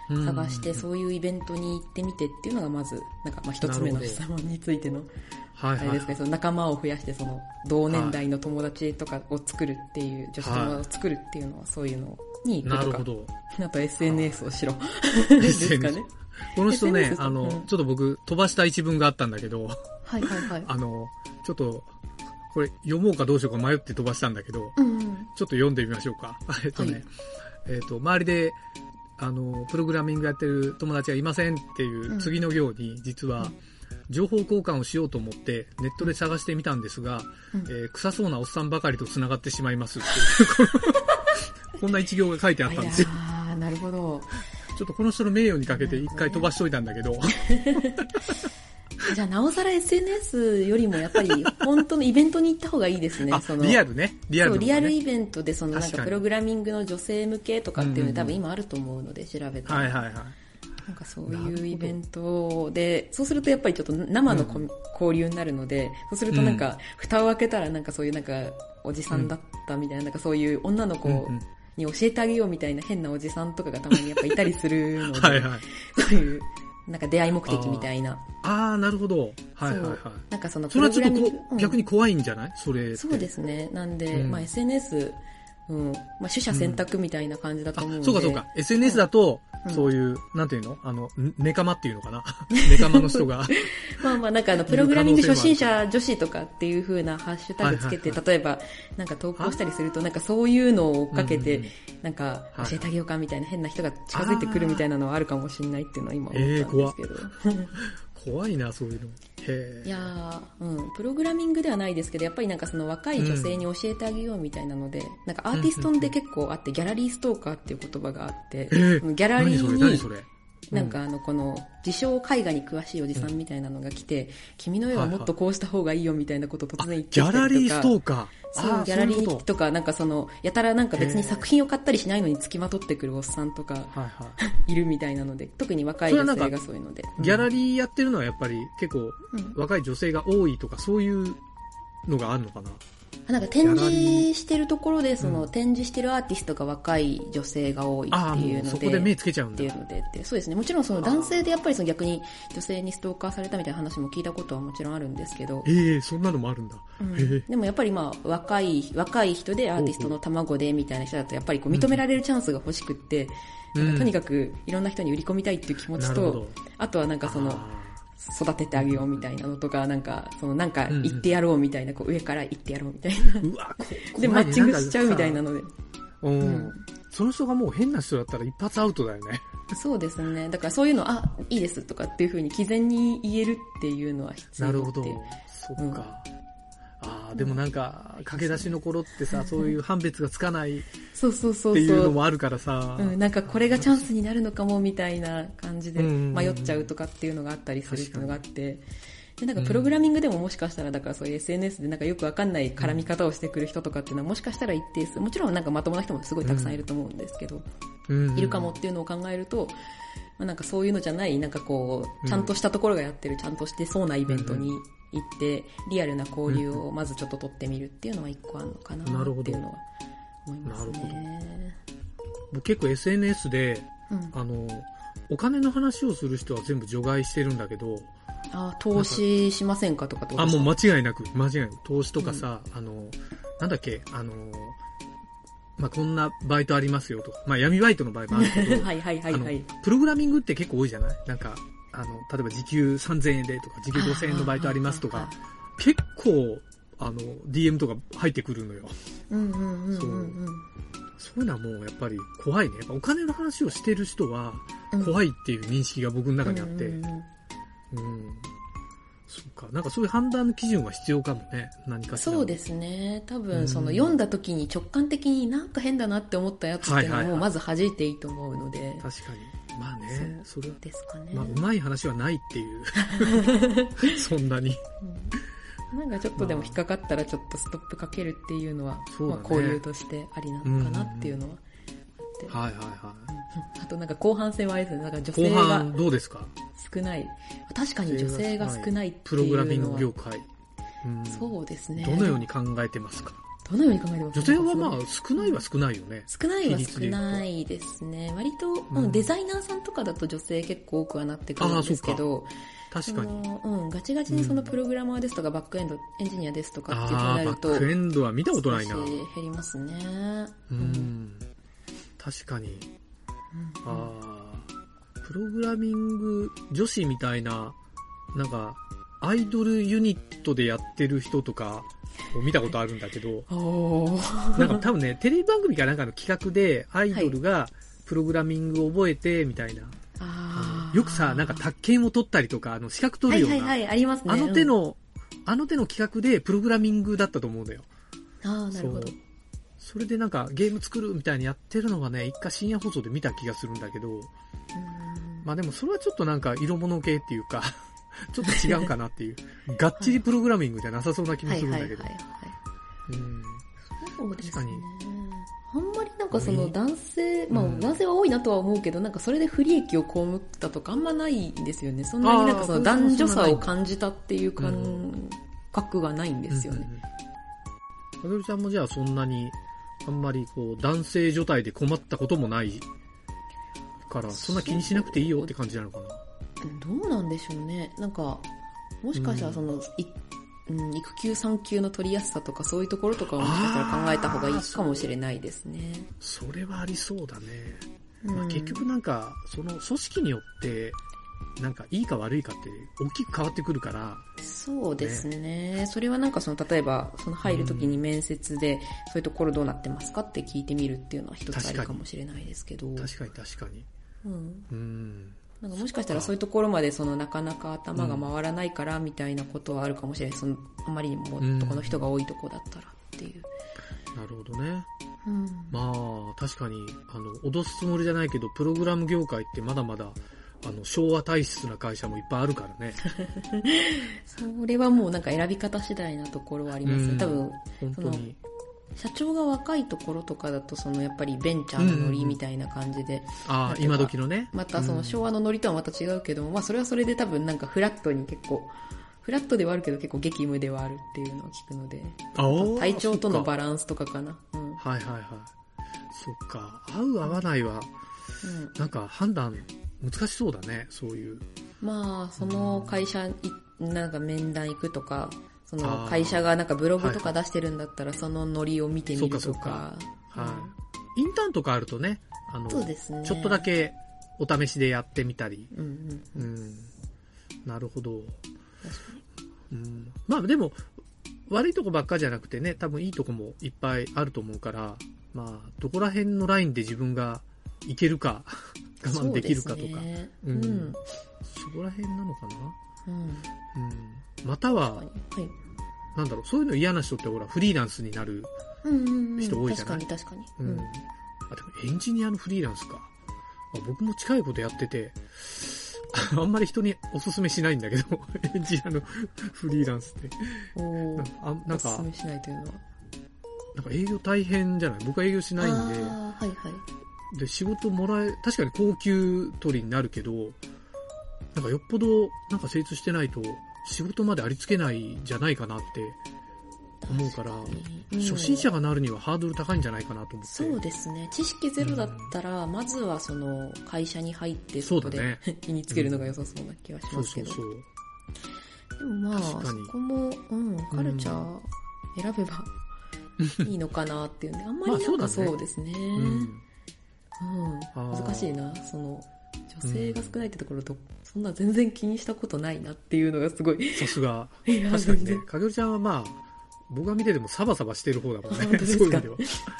[SPEAKER 3] うん
[SPEAKER 2] 探して、そういうイベントに行ってみてっていうのがまず、なんかまあ一つ目
[SPEAKER 3] な
[SPEAKER 2] の
[SPEAKER 3] るほど
[SPEAKER 2] 質問についての、
[SPEAKER 3] はい
[SPEAKER 2] あれ
[SPEAKER 3] は
[SPEAKER 2] で
[SPEAKER 3] い
[SPEAKER 2] す。かね、その仲間を増やして、その同年代の友達とかを作るっていう、女子友を作るっていうのはそういうのに行
[SPEAKER 3] な
[SPEAKER 2] く
[SPEAKER 3] る
[SPEAKER 2] と
[SPEAKER 3] ほ
[SPEAKER 2] か、
[SPEAKER 3] ど。
[SPEAKER 2] あと SNS をしろ。
[SPEAKER 3] *laughs*
[SPEAKER 2] ですかね。
[SPEAKER 3] この人ね
[SPEAKER 2] SNS、
[SPEAKER 3] あの
[SPEAKER 2] うん、
[SPEAKER 3] ちょっと僕、飛ばした一文があったんだけど、
[SPEAKER 2] はいはいはい。
[SPEAKER 3] あの、ちょっと、これ読もうかどうしようか迷って飛ばしたんだけど、
[SPEAKER 2] うんうん。
[SPEAKER 3] ちょっと読んでみましょうか。 *laughs* えっとね、
[SPEAKER 2] はい
[SPEAKER 3] えっと、周りで、あの、プログラミングやってる友達がいませんっていう次の行に、実は、情報交換をしようと思って、ネットで探してみたんですが、
[SPEAKER 2] うん
[SPEAKER 3] えー臭そうなおっさんばかりと繋がってしまいますっていう *laughs* このこんな一行が書いてあ
[SPEAKER 2] あ
[SPEAKER 3] っ
[SPEAKER 2] い
[SPEAKER 3] た
[SPEAKER 2] や
[SPEAKER 3] んですよ。
[SPEAKER 2] ーなるほど。
[SPEAKER 3] ちょっとこの人の名誉にかけて一回飛ばしといたんだけど、
[SPEAKER 2] じゃあ、なおさら SNS よりもやっぱ
[SPEAKER 3] *laughs*
[SPEAKER 2] り、本当のイベントに行った方がいいですね。
[SPEAKER 3] あ
[SPEAKER 2] そ、の
[SPEAKER 3] リアルね。リア
[SPEAKER 2] そ
[SPEAKER 3] ルの
[SPEAKER 2] う、
[SPEAKER 3] ね、
[SPEAKER 2] リアルイベントで、そのなん
[SPEAKER 3] 確か
[SPEAKER 2] か
[SPEAKER 3] に
[SPEAKER 2] プログラミングの女性向けとかっていう
[SPEAKER 3] うんうんう
[SPEAKER 2] の
[SPEAKER 3] ん
[SPEAKER 2] 多分今あると思うので、調べたら。
[SPEAKER 3] はいはいはい。
[SPEAKER 2] なんかそういうイベントで、そうするとやっぱりちょっと生のこ、
[SPEAKER 3] う
[SPEAKER 2] 交流になるので、そうするとなんか、蓋を開けたらなんかそういうなんか、おじさんだったみたいな、なんかそういう女の子
[SPEAKER 3] うんうん
[SPEAKER 2] に教えてあげようみたいな変なおじさんとかがたまにやっぱいたりするので、
[SPEAKER 3] *laughs* はいはい。
[SPEAKER 2] そういう、なんか出会い目的みたいな。
[SPEAKER 3] ああ、なるほど。はいはいはい
[SPEAKER 2] そう。なんかその
[SPEAKER 3] それはちょっと
[SPEAKER 2] プロ
[SPEAKER 3] こ
[SPEAKER 2] グラミング
[SPEAKER 3] う、逆に怖いんじゃないそれって。
[SPEAKER 2] そうですね。なんで、
[SPEAKER 3] うん
[SPEAKER 2] まあ SNS、うん、まあ取捨選択みたいな感じだ
[SPEAKER 3] あ
[SPEAKER 2] と思うの、で、
[SPEAKER 3] そうかそうか。SNS だと、
[SPEAKER 2] うん
[SPEAKER 3] そういう、なんていうのあの、んネカマっていうのか
[SPEAKER 2] *laughs*
[SPEAKER 3] なネカマの人が。
[SPEAKER 2] まあまあなんかあの、プログラミング初心者女子とかっていう風なハッシュタグつけて、
[SPEAKER 3] はいは
[SPEAKER 2] 例えばなんか投稿したりすると、なんかそういうのを追っかけ
[SPEAKER 3] う
[SPEAKER 2] て
[SPEAKER 3] んうん、
[SPEAKER 2] なんか
[SPEAKER 3] はい
[SPEAKER 2] 教えてあげようかみたいな変な人が近づいてくるみたいなのはあるかもしれないっていうのは今思ったんですけど。
[SPEAKER 3] 怖いな、そういうの。へ
[SPEAKER 2] い
[SPEAKER 3] え。
[SPEAKER 2] やーうん、プログラミングではないですけど、やっぱりなんかその若い女性に教えてあげようみたいなので、なんかアーティストで結構あって、ギャラリーストーカーっていう言葉があって、
[SPEAKER 3] えー
[SPEAKER 2] そのギャラリ
[SPEAKER 3] 何それ何そ
[SPEAKER 2] ーに、
[SPEAKER 3] れ
[SPEAKER 2] なんかあの、この、自称絵画に詳しいおじさんみたいなのが来て、君の絵はもっとこうした方がいいよみたいなことを突然言ってきた
[SPEAKER 3] ギ
[SPEAKER 2] りとか。
[SPEAKER 3] ャラリーストーカー。
[SPEAKER 2] そう
[SPEAKER 3] あ、
[SPEAKER 2] ギャラリ
[SPEAKER 3] そういう
[SPEAKER 2] ー
[SPEAKER 3] こと
[SPEAKER 2] とか、なんかその、やたらなんか別
[SPEAKER 3] へ
[SPEAKER 2] に
[SPEAKER 3] ー
[SPEAKER 2] 作品を買ったりしないのに付きまとってくるおっさんとか
[SPEAKER 3] はいはい
[SPEAKER 2] るみたいなので、特に若い
[SPEAKER 3] それは
[SPEAKER 2] 女
[SPEAKER 3] なんか
[SPEAKER 2] 性がそういうので。
[SPEAKER 3] い。ギャラリーやってるのはやっぱり結構
[SPEAKER 2] うん
[SPEAKER 3] 若い女性が多いとかそういうのがあるのかな
[SPEAKER 2] なんか展示してるところで、その展示してるアーティストが若い女性が多い
[SPEAKER 3] ああ、
[SPEAKER 2] ってい
[SPEAKER 3] も
[SPEAKER 2] う
[SPEAKER 3] う
[SPEAKER 2] の
[SPEAKER 3] そ
[SPEAKER 2] で。
[SPEAKER 3] こで目つけちゃう
[SPEAKER 2] っ
[SPEAKER 3] ん
[SPEAKER 2] て
[SPEAKER 3] だ
[SPEAKER 2] い。うのでってそうですね。もちろんその男性でやっぱりその逆に女性にストーカーされたみたいな話も聞いたことはもちろんあるんですけど、
[SPEAKER 3] ええ、そんなのもあるんだ。
[SPEAKER 2] うん
[SPEAKER 3] へえ。
[SPEAKER 2] でもやっぱりまあ若い、若い人でアーティストの卵でみたいな人だとやっぱりこう認められるチャンスが欲しくって、
[SPEAKER 3] うん
[SPEAKER 2] なんかとにかくいろんな人に売り込みたいっていう気持
[SPEAKER 3] な
[SPEAKER 2] ち
[SPEAKER 3] るほ
[SPEAKER 2] と
[SPEAKER 3] ど、。
[SPEAKER 2] あとはなんかその、
[SPEAKER 3] あ
[SPEAKER 2] 育ててあげようみたいなのとか、なんか、そのなんか言ってやろうみたいな、こう上から言ってやろうみたいな。
[SPEAKER 3] うわ、こ怖いね
[SPEAKER 2] で、マッチングしちゃうみたいな
[SPEAKER 3] の。
[SPEAKER 2] ので。
[SPEAKER 3] うん
[SPEAKER 2] うん
[SPEAKER 3] その人がもう変な人だったら一発アウトだよね。
[SPEAKER 2] そうですね。だからそういうの、あ、いいですとかっていうふうに毅然に言えるっていうのは必要
[SPEAKER 3] な
[SPEAKER 2] って
[SPEAKER 3] るほど。そっ
[SPEAKER 2] う
[SPEAKER 3] か。
[SPEAKER 2] ん
[SPEAKER 3] ああ、でもなんか、駆け出しの頃ってさ、そういう判別がつかないっ
[SPEAKER 2] そうそうそ
[SPEAKER 3] て
[SPEAKER 2] う
[SPEAKER 3] いう
[SPEAKER 2] そ
[SPEAKER 3] の
[SPEAKER 2] う。
[SPEAKER 3] もあるからさ
[SPEAKER 2] う、ん、なんかこれがチャンスになるのかもみたいな感じで
[SPEAKER 3] うん
[SPEAKER 2] 迷っちゃうとかっていうのがあったりするっていうのがあって、で、なんかプログラミングでももしかしたら、だからそういう SNS でなんかよくわかんない絡み方をしてくる人とかっていうのはもしかしたら一定数、もちろんなんかまともな人もすごいたくさんいると思うんですけど、
[SPEAKER 3] うん
[SPEAKER 2] いるかもっ。ていうのを考えると、まあ、なんかそういうのじゃない、なんかこう、ちゃんとしたところがやってる、ちゃんとしてそうなイベントに行って、リアルな交流をまずちょっと取ってみるっていうのは一個あるのかな
[SPEAKER 3] なるほど
[SPEAKER 2] っていうのは思いますね。
[SPEAKER 3] 僕結構 SNS で、
[SPEAKER 2] うん、
[SPEAKER 3] あの、お金の話をする人は全部除外してるんだけど、
[SPEAKER 2] あ、投資しませんかとかってこ
[SPEAKER 3] あ、
[SPEAKER 2] とです
[SPEAKER 3] も
[SPEAKER 2] か
[SPEAKER 3] う間違いなく、間違いなく。投資とかさ、あの、なんだっけ、あの、まあ、こんなバイトありますよとか、まあ、闇バイトの場合もあるけ
[SPEAKER 2] *laughs*
[SPEAKER 3] ど、
[SPEAKER 2] はいはいはいはい。
[SPEAKER 3] あのプログラミングって結構多いじゃないなんか、あの、例えば時給3000円でとか、時給5000円のバイトありますとか、結構、あの、DM とか入ってくるのよ。
[SPEAKER 2] うんうんうんうん
[SPEAKER 3] そういうのはもうやっぱり怖いね。やっぱお金の話をしてる人は
[SPEAKER 2] うん。
[SPEAKER 3] 怖
[SPEAKER 2] い
[SPEAKER 3] いっていう認識が僕の中にあって、うんそうか。なんかそういう判断の基準は必要かもね。何かしらの。
[SPEAKER 2] そうですね。多分、その読んだ時に直感的になんか変だなって思ったやつっていうの
[SPEAKER 3] はいはいは
[SPEAKER 2] も
[SPEAKER 3] い
[SPEAKER 2] まず弾いていいと思うので、
[SPEAKER 3] 確かに。まあね、それは。
[SPEAKER 2] ですかね。
[SPEAKER 3] まあ、うまい話はないってい
[SPEAKER 2] *laughs*
[SPEAKER 3] う。そんなに。
[SPEAKER 2] うんなんかちょっとでも引っかかったらちょっとストップかけるっていうのは、
[SPEAKER 3] そうだ
[SPEAKER 2] ま
[SPEAKER 3] ね
[SPEAKER 2] あ、交流としてありなのかなっていうのは。
[SPEAKER 3] はいはいは
[SPEAKER 2] あとなんか後半戦はあれですね、なんか女
[SPEAKER 3] い。
[SPEAKER 2] 性
[SPEAKER 3] 後
[SPEAKER 2] が
[SPEAKER 3] 半どうですか
[SPEAKER 2] 少ない。確かに女性が少ないって
[SPEAKER 3] プ
[SPEAKER 2] いうの
[SPEAKER 3] ロ
[SPEAKER 2] は。
[SPEAKER 3] グラミング業界。うん
[SPEAKER 2] そうですね。
[SPEAKER 3] どのように考えてますか
[SPEAKER 2] どのように考えてますか
[SPEAKER 3] 女性はまあ少ないは少ないよね。
[SPEAKER 2] 少ないは少ないですね。割と、うん
[SPEAKER 3] うん
[SPEAKER 2] デザイナーさんとかだと女性結構多くはなってくるんですけど、
[SPEAKER 3] 確かに。
[SPEAKER 2] そのうん、ガチガチにそのプログラマーですとか、バックエンドエンジニアですとかっていうふうに
[SPEAKER 3] あ
[SPEAKER 2] な
[SPEAKER 3] ー
[SPEAKER 2] る
[SPEAKER 3] バ
[SPEAKER 2] と、
[SPEAKER 3] ックエンドは見たことないな。
[SPEAKER 2] 少し
[SPEAKER 3] う
[SPEAKER 2] 減りますね。
[SPEAKER 3] ん。確かに。
[SPEAKER 2] うん
[SPEAKER 3] あープログラミング女子みたいな、なんか、アイドルユニットでやってる人とかを見たことあるんだ
[SPEAKER 2] *laughs*
[SPEAKER 3] けど、
[SPEAKER 2] お
[SPEAKER 3] なんか多分ね、テレビ番組かなんかの企画で、アイドルがプログラミングを覚えて、みたいな。
[SPEAKER 2] あー
[SPEAKER 3] よくさ、なんか宅建を取ったりとか、あの、資格取るような、
[SPEAKER 2] はいはいはい、ありますね。
[SPEAKER 3] あの手の、あの手の企画でプログラミングだったと思うんだよ。
[SPEAKER 2] うん、ああ、なるほど
[SPEAKER 3] そう。それでなんかゲーム作るみたいにやってるのがね、一回深夜放送で見た気がするんだけど、まあでもそれはちょっとなんか色物系っていうか、 *laughs* ちょっと違うかなっ
[SPEAKER 2] *laughs*
[SPEAKER 3] ていう、がっちりプログラミングじゃなさそうな
[SPEAKER 2] う
[SPEAKER 3] 気
[SPEAKER 2] ん
[SPEAKER 3] も
[SPEAKER 2] はい
[SPEAKER 3] するん
[SPEAKER 2] はいは
[SPEAKER 3] だ
[SPEAKER 2] い
[SPEAKER 3] けど
[SPEAKER 2] は。い。
[SPEAKER 3] うん
[SPEAKER 2] そうです
[SPEAKER 3] 確か
[SPEAKER 2] ね
[SPEAKER 3] に。
[SPEAKER 2] あんまりなんかその
[SPEAKER 3] ね
[SPEAKER 2] 男性、まあ
[SPEAKER 3] うん
[SPEAKER 2] 男性は多いなとは思うけど、なんかそれで不利益を被ったとかあんまないんですよね。そんなになんかそ
[SPEAKER 3] あ
[SPEAKER 2] の
[SPEAKER 3] ー
[SPEAKER 2] 男女差を感じたっていう
[SPEAKER 3] う
[SPEAKER 2] 感覚がないんですよね。。
[SPEAKER 3] かげるちゃんもじゃあそんなに、あんまりこう、男性女体で困ったこともないから、そんな気にしなくていいよって感じなのかな。
[SPEAKER 2] どうなんでしょうね。なんか、もしかしたらその、いうん、育休産休の取りやすさとかそういうところとかをもしかしたら考えた方がいいかもしれないですね。
[SPEAKER 3] それはありそうだね。
[SPEAKER 2] う
[SPEAKER 3] まあ、
[SPEAKER 2] ん
[SPEAKER 3] 結局なんか、その組織によって、なんかいいか悪いかって大きく変わってくるから、
[SPEAKER 2] そうですねそれはなんかその例えばその入るときに面接で、そういうところどうなってますかって聞いてみるっていうのは一つあ
[SPEAKER 3] 確
[SPEAKER 2] る
[SPEAKER 3] かに
[SPEAKER 2] かもしれないですけど、
[SPEAKER 3] 確かに確かに。
[SPEAKER 2] うん、
[SPEAKER 3] うん。
[SPEAKER 2] なんかもしかしたらそういうところまでそのなかなか頭が回らないからみたいなことはあるかもしれない、そのあまりにも
[SPEAKER 3] うん
[SPEAKER 2] 男の人が多いとこだったらっていう。
[SPEAKER 3] なるほどね。
[SPEAKER 2] うん
[SPEAKER 3] まあ、確かに、あの、脅すつもりじゃないけど、プログラム業界ってまだまだ、あの、昭和体質な会社もいっぱいあるからね。
[SPEAKER 2] それはもうなんか選び方次第なところはありますね、
[SPEAKER 3] うん
[SPEAKER 2] 多分
[SPEAKER 3] 本当に。
[SPEAKER 2] 社長が若いところとかだとそのやっぱりベンチャーのノリみたいな感じで、
[SPEAKER 3] ああ、今時のね。
[SPEAKER 2] またその昭和のノリとはまた違うけども、まあそれはそれで多分なんかフラットに結構、フラットではあるけど結構激務ではあるっていうのを聞くので、
[SPEAKER 3] ああ
[SPEAKER 2] 体調とのバ
[SPEAKER 3] ラ。
[SPEAKER 2] ランスとかかな。うん。うん。
[SPEAKER 3] はいはいはい。そっか。合う合わないは、なんか判断難しそうだね。そういう。
[SPEAKER 2] まあ、その会社い、なんか面談行くとか、そ
[SPEAKER 3] あ
[SPEAKER 2] の
[SPEAKER 3] ー
[SPEAKER 2] 会社がなんかブログと
[SPEAKER 3] は
[SPEAKER 2] か出してるんだったらそのノリを見てみる
[SPEAKER 3] そ
[SPEAKER 2] と
[SPEAKER 3] うかそう
[SPEAKER 2] かう
[SPEAKER 3] か。
[SPEAKER 2] ん
[SPEAKER 3] はい。インターンとかあるとね、あの、
[SPEAKER 2] そうですね。
[SPEAKER 3] ちょっとだ。けお試しでやってみたり。
[SPEAKER 2] うんうん。
[SPEAKER 3] うん。なるほど。うん、まあでも、悪いとこばっかじゃなくてね、多分いいとこもいっぱいあると思うから、まあ、どこら辺のラインで自分がいけ
[SPEAKER 2] *laughs*
[SPEAKER 3] るか、我慢できるかとか、
[SPEAKER 2] そう
[SPEAKER 3] そ,、
[SPEAKER 2] ですね
[SPEAKER 3] う
[SPEAKER 2] うんん、
[SPEAKER 3] こら辺なのかな。
[SPEAKER 2] うん
[SPEAKER 3] うん、または
[SPEAKER 2] 確、かにはい
[SPEAKER 3] なんだろう、そういうの嫌な人ってほら、フリーランスになる。
[SPEAKER 2] うんうんうん、
[SPEAKER 3] 人多いじゃない
[SPEAKER 2] 確かに確か
[SPEAKER 3] う
[SPEAKER 2] に、
[SPEAKER 3] ん。
[SPEAKER 2] うん
[SPEAKER 3] あ、でもエンジニアのフリーランスか。あ僕も近いことやってて、あんまり人におすすめしないんだけど、 *laughs* エンジニアのフリーランスって。
[SPEAKER 2] お
[SPEAKER 3] な
[SPEAKER 2] お
[SPEAKER 3] んかあなん
[SPEAKER 2] おす
[SPEAKER 3] か
[SPEAKER 2] す、めしないというのは
[SPEAKER 3] なんか営業大変じゃない僕は営業しないんで。
[SPEAKER 2] あーはいはい
[SPEAKER 3] で仕事もらえ確かに高給取りになるけどなんかよっぽどなんか成立してないと仕事までありつけないんじゃないかなって思うから
[SPEAKER 2] うん
[SPEAKER 3] 初心者がなるにはハードル高いんじゃないかなと思って
[SPEAKER 2] そうですね知識ゼロだったら、まずはその会社に入って
[SPEAKER 3] そうだ
[SPEAKER 2] こで、
[SPEAKER 3] ね
[SPEAKER 2] 身につけるのが良さそうな気がし
[SPEAKER 3] そ
[SPEAKER 2] ま
[SPEAKER 3] う
[SPEAKER 2] すけ
[SPEAKER 3] そう
[SPEAKER 2] ど
[SPEAKER 3] そう
[SPEAKER 2] でもまあそ
[SPEAKER 3] 確かに
[SPEAKER 2] こも、うん、カルチャー選べばいいのかなっていうんであんま
[SPEAKER 3] まあ
[SPEAKER 2] りな
[SPEAKER 3] そうんだ
[SPEAKER 2] か
[SPEAKER 3] ね
[SPEAKER 2] そうですね,、
[SPEAKER 3] う
[SPEAKER 2] うん
[SPEAKER 3] んあー
[SPEAKER 2] 難しいなその女性が少ないってところと、そんな全然気にしたことないなっていうのがすご
[SPEAKER 3] *laughs*
[SPEAKER 2] い
[SPEAKER 3] さすが
[SPEAKER 2] いや
[SPEAKER 3] 確かに
[SPEAKER 2] *laughs*
[SPEAKER 3] ね
[SPEAKER 2] 全
[SPEAKER 3] 影織ちゃんはまあ僕が見ててもサバサバしてる方だもん
[SPEAKER 2] あ本当
[SPEAKER 3] ね
[SPEAKER 2] で
[SPEAKER 3] そ
[SPEAKER 2] す
[SPEAKER 3] う
[SPEAKER 2] か
[SPEAKER 3] いう意味では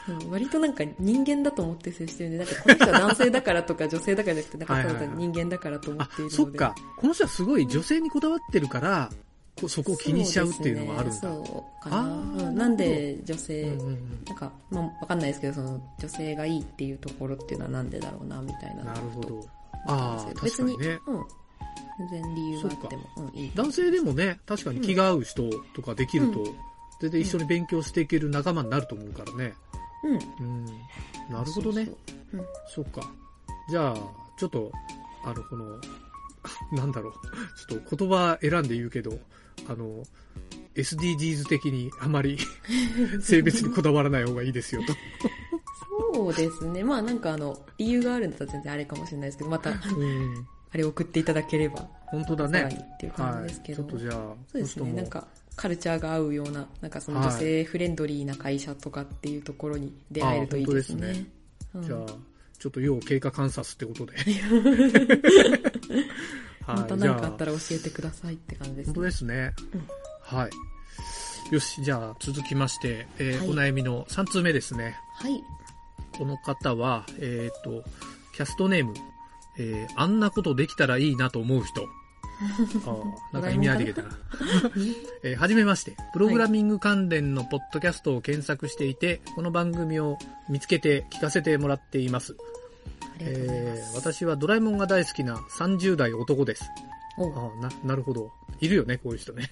[SPEAKER 2] 然うん割となんか人間だと思って接してるんでなんかこの人は男性だからとか女性だからじゃなくてなんかただ
[SPEAKER 3] はい
[SPEAKER 2] 単
[SPEAKER 3] はい
[SPEAKER 2] に人間だからと思っ
[SPEAKER 3] あ
[SPEAKER 2] ているので
[SPEAKER 3] そっかこの人はすごい女性にこだわってるからこそこを気にしちゃうっていうのがあるんだ
[SPEAKER 2] そう
[SPEAKER 3] う,、
[SPEAKER 2] ですねそうか
[SPEAKER 3] あ
[SPEAKER 2] な、
[SPEAKER 3] ー
[SPEAKER 2] うん、なんで女性、
[SPEAKER 3] んうんうん
[SPEAKER 2] なんか、まあ、わかんないですけど、その、女性がいいっていうところっていうのはなんでだろうな、みたいな。
[SPEAKER 3] なるほ。ど。
[SPEAKER 2] あ
[SPEAKER 3] ああ、確
[SPEAKER 2] 別
[SPEAKER 3] か
[SPEAKER 2] に、
[SPEAKER 3] にね。
[SPEAKER 2] うん。全然理由があっても、うん、いい。
[SPEAKER 3] 男性でもね、確かに気が合う人とかできると、
[SPEAKER 2] う
[SPEAKER 3] 全然一緒に勉強していける仲間になると思うからね。
[SPEAKER 2] うん。
[SPEAKER 3] うん。なるほどね
[SPEAKER 2] そ。う
[SPEAKER 3] そっか。じゃあ、ちょっと、あの、 *laughs* この、なんだろう。ちょっと言葉選んで言うけど、あの、SDGs 的にあ
[SPEAKER 2] *laughs*
[SPEAKER 3] まり性別にこだわらない方がいいですよと。
[SPEAKER 2] そうそうですね。まあなんかあの、理由があるんだったら全然あれかもしれないですけど、また、
[SPEAKER 3] うん。
[SPEAKER 2] あれを送っていただければ、
[SPEAKER 3] 本当だ
[SPEAKER 2] さらに
[SPEAKER 3] ね。
[SPEAKER 2] っていう感
[SPEAKER 3] は
[SPEAKER 2] じです
[SPEAKER 3] い。
[SPEAKER 2] け
[SPEAKER 3] ちょ
[SPEAKER 2] ど。
[SPEAKER 3] っとじゃあ、
[SPEAKER 2] そうです
[SPEAKER 3] この
[SPEAKER 2] ね。
[SPEAKER 3] 人も
[SPEAKER 2] なんか、カルチャーが合うような、なんかその
[SPEAKER 3] はい
[SPEAKER 2] 女性フレンドリーな会社とかっていうところに出会えるといいです
[SPEAKER 3] あ
[SPEAKER 2] ね。
[SPEAKER 3] 本
[SPEAKER 2] うん
[SPEAKER 3] じゃあ、ちょっと要経過観察ってことで。 *laughs* はい
[SPEAKER 2] また何かあっ
[SPEAKER 3] じ
[SPEAKER 2] た
[SPEAKER 3] ゃ
[SPEAKER 2] ら教えてくださいって感じです
[SPEAKER 3] 本当
[SPEAKER 2] ね。
[SPEAKER 3] ですね。
[SPEAKER 2] うん
[SPEAKER 3] はい。よし、じゃあ続きまして、えー
[SPEAKER 2] はい
[SPEAKER 3] お悩みの3通目ですね。
[SPEAKER 2] はい。
[SPEAKER 3] この方は、えっ、と、キャストネーム、えーあんなことできたらいいなと思
[SPEAKER 2] *laughs*
[SPEAKER 3] う人。あーなんか意味ありげだな。 *laughs* えーはじめまして。プログラミング関連のポッドキャストを検索していて、この番組を見つけて聞かせてもらっています。
[SPEAKER 2] ありがとうございま
[SPEAKER 3] えー
[SPEAKER 2] す。
[SPEAKER 3] 私はドラえもんが大好きな30代男です。
[SPEAKER 2] お
[SPEAKER 3] ああななるほど。いるよね、こういう人ね、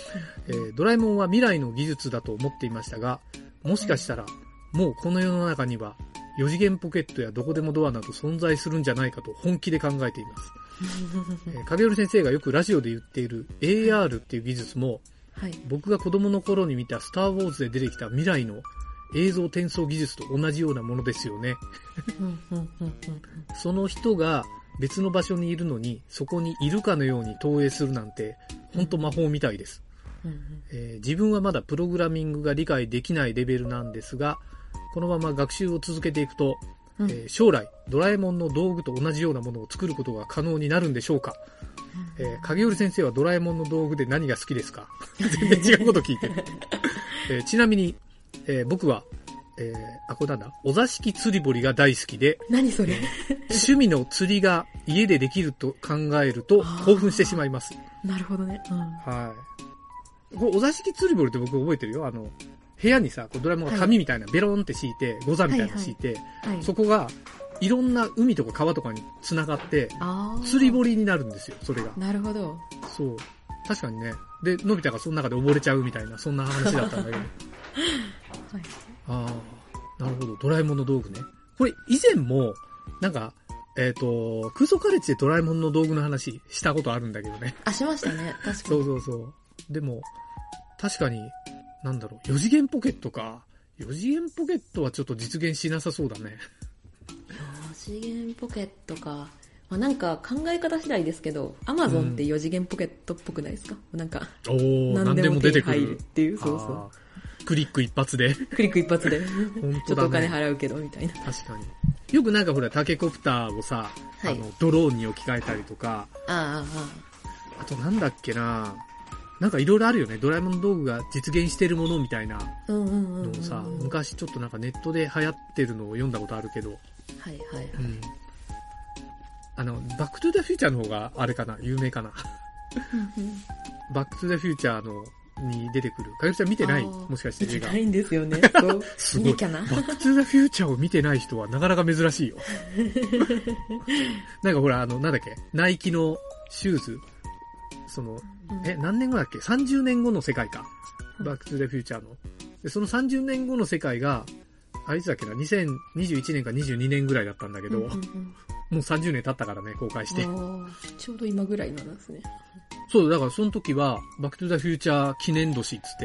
[SPEAKER 3] *laughs* えードラえもんは未来の技術だと思っていましたが、もしかしたら、もうこの世の中には、4次元ポケットやどこでもドアなど存在するんじゃないかと本気で考えています。えー影織先生がよくラジオで言っている AR っていう技術も、
[SPEAKER 2] はい。
[SPEAKER 3] 僕が子供の頃に見たスターウォーズで出てきた未来の映像転送技術と同じようなものですよね。
[SPEAKER 2] うんうんうんうん
[SPEAKER 3] その人が別の場所にいるのに、そこにいるかのように投影するなんて、ほんと魔法みたいです。
[SPEAKER 2] うんうん
[SPEAKER 3] えー自分はまだプログラミングが理解できないレベルなんですが、このまま学習を続けていくと、
[SPEAKER 2] う
[SPEAKER 3] え
[SPEAKER 2] ん
[SPEAKER 3] ー将来、ドラえもんの道具と同じようなものを作ることが可能になるんでしょうか、えー影織先生はドラえもんの道具で何が好きですか全然違うこと聞い
[SPEAKER 2] *laughs*
[SPEAKER 3] てる、えーちなみに、えー僕は、えーあ、これなんだ、お座敷釣り堀が大好きで、
[SPEAKER 2] 何それ
[SPEAKER 3] 趣味の釣りが家でできると考えると興奮してしまいます。
[SPEAKER 2] なるほどね。うん
[SPEAKER 3] はい。これ、お座敷釣り堀って僕覚えてるよ。あの、部屋にさ、こうドラえもんが紙みたいな、ベロンって敷いて、ゴザみたいなの敷いて、
[SPEAKER 2] はい。
[SPEAKER 3] そこが、いろんな海とか川とかに繋がって、
[SPEAKER 2] あー
[SPEAKER 3] 釣り堀になるんですよ、それが。
[SPEAKER 2] なるほど。
[SPEAKER 3] そう。確かにね。で、のび太がその中で溺れちゃうみたいな、そんな話だったんだけど。
[SPEAKER 2] はい。
[SPEAKER 3] ああ、なるほど。ドラえもんの道具ね。これ、以前も、なんか、えっ、と、空想カレッジでドラえもんの道具の話したことあるんだけ *laughs* どね。
[SPEAKER 2] あ、しましたね。確か
[SPEAKER 3] そう
[SPEAKER 2] に。
[SPEAKER 3] そうそう。でも、確かに、なんだろう、4次元ポケットか。4次元ポケットはちょっと実現しなさそうだね。
[SPEAKER 2] 4次元ポケットか。まあ、なんか考え方次第ですけど、アマゾンって4次元ポケットっぽくないですか、なんか、
[SPEAKER 3] *laughs* おー
[SPEAKER 2] 何でも手に入るっていう、
[SPEAKER 3] そ
[SPEAKER 2] そうう
[SPEAKER 3] そ。
[SPEAKER 2] そう
[SPEAKER 3] クリック一発で。
[SPEAKER 2] う。クリック一
[SPEAKER 3] *laughs*
[SPEAKER 2] 発で、
[SPEAKER 3] 当だね
[SPEAKER 2] ちょっとお金払うけど、みたいな。
[SPEAKER 3] 確かに。よくなんかほら、タケコプターをさ、
[SPEAKER 2] はい
[SPEAKER 3] あの、ドローンに置き換えたりとか、
[SPEAKER 2] ああ、ああ。
[SPEAKER 3] あとなんだっけななんかいろいろあるよね。ドラえもんの道具が実現してるものみたいな
[SPEAKER 2] うんうんうんうん
[SPEAKER 3] の
[SPEAKER 2] う
[SPEAKER 3] を
[SPEAKER 2] ん
[SPEAKER 3] さ、
[SPEAKER 2] はい
[SPEAKER 3] 昔ちょっとなんかネットで流行ってるのを読んだことあるけど、
[SPEAKER 2] はいはい
[SPEAKER 3] うん。あの、バックトゥーザフューチャーの方があれかな、有名かな。バックトゥーザフューチャーのに出てくる。かよちゃん見てない
[SPEAKER 2] あー
[SPEAKER 3] もしかして
[SPEAKER 2] 見
[SPEAKER 3] 映
[SPEAKER 2] て
[SPEAKER 3] 画。
[SPEAKER 2] ないんですよ
[SPEAKER 3] *laughs*
[SPEAKER 2] ねそう
[SPEAKER 3] すご
[SPEAKER 2] 見
[SPEAKER 3] い
[SPEAKER 2] にかな
[SPEAKER 3] バックトゥーザフューチャーを見てない人はなかなか珍しい
[SPEAKER 2] *laughs*
[SPEAKER 3] よ。なんかほら、あの、なんだっけ、ナイキのシューズ。その、え、何年後だっけ ?30 年後の世界か。
[SPEAKER 2] うん
[SPEAKER 3] バックトゥーザフューチャーの。で、その30年後の世界が、あいつだっけな、2021年か22年ぐらいだったんだけど、
[SPEAKER 2] うんうん
[SPEAKER 3] も
[SPEAKER 2] うん
[SPEAKER 3] う30年経ったからね、公開して。
[SPEAKER 2] あーちょうど今ぐらいなんですね
[SPEAKER 3] そう、だからその時は、バックトゥーザフューチャー記念年っつっ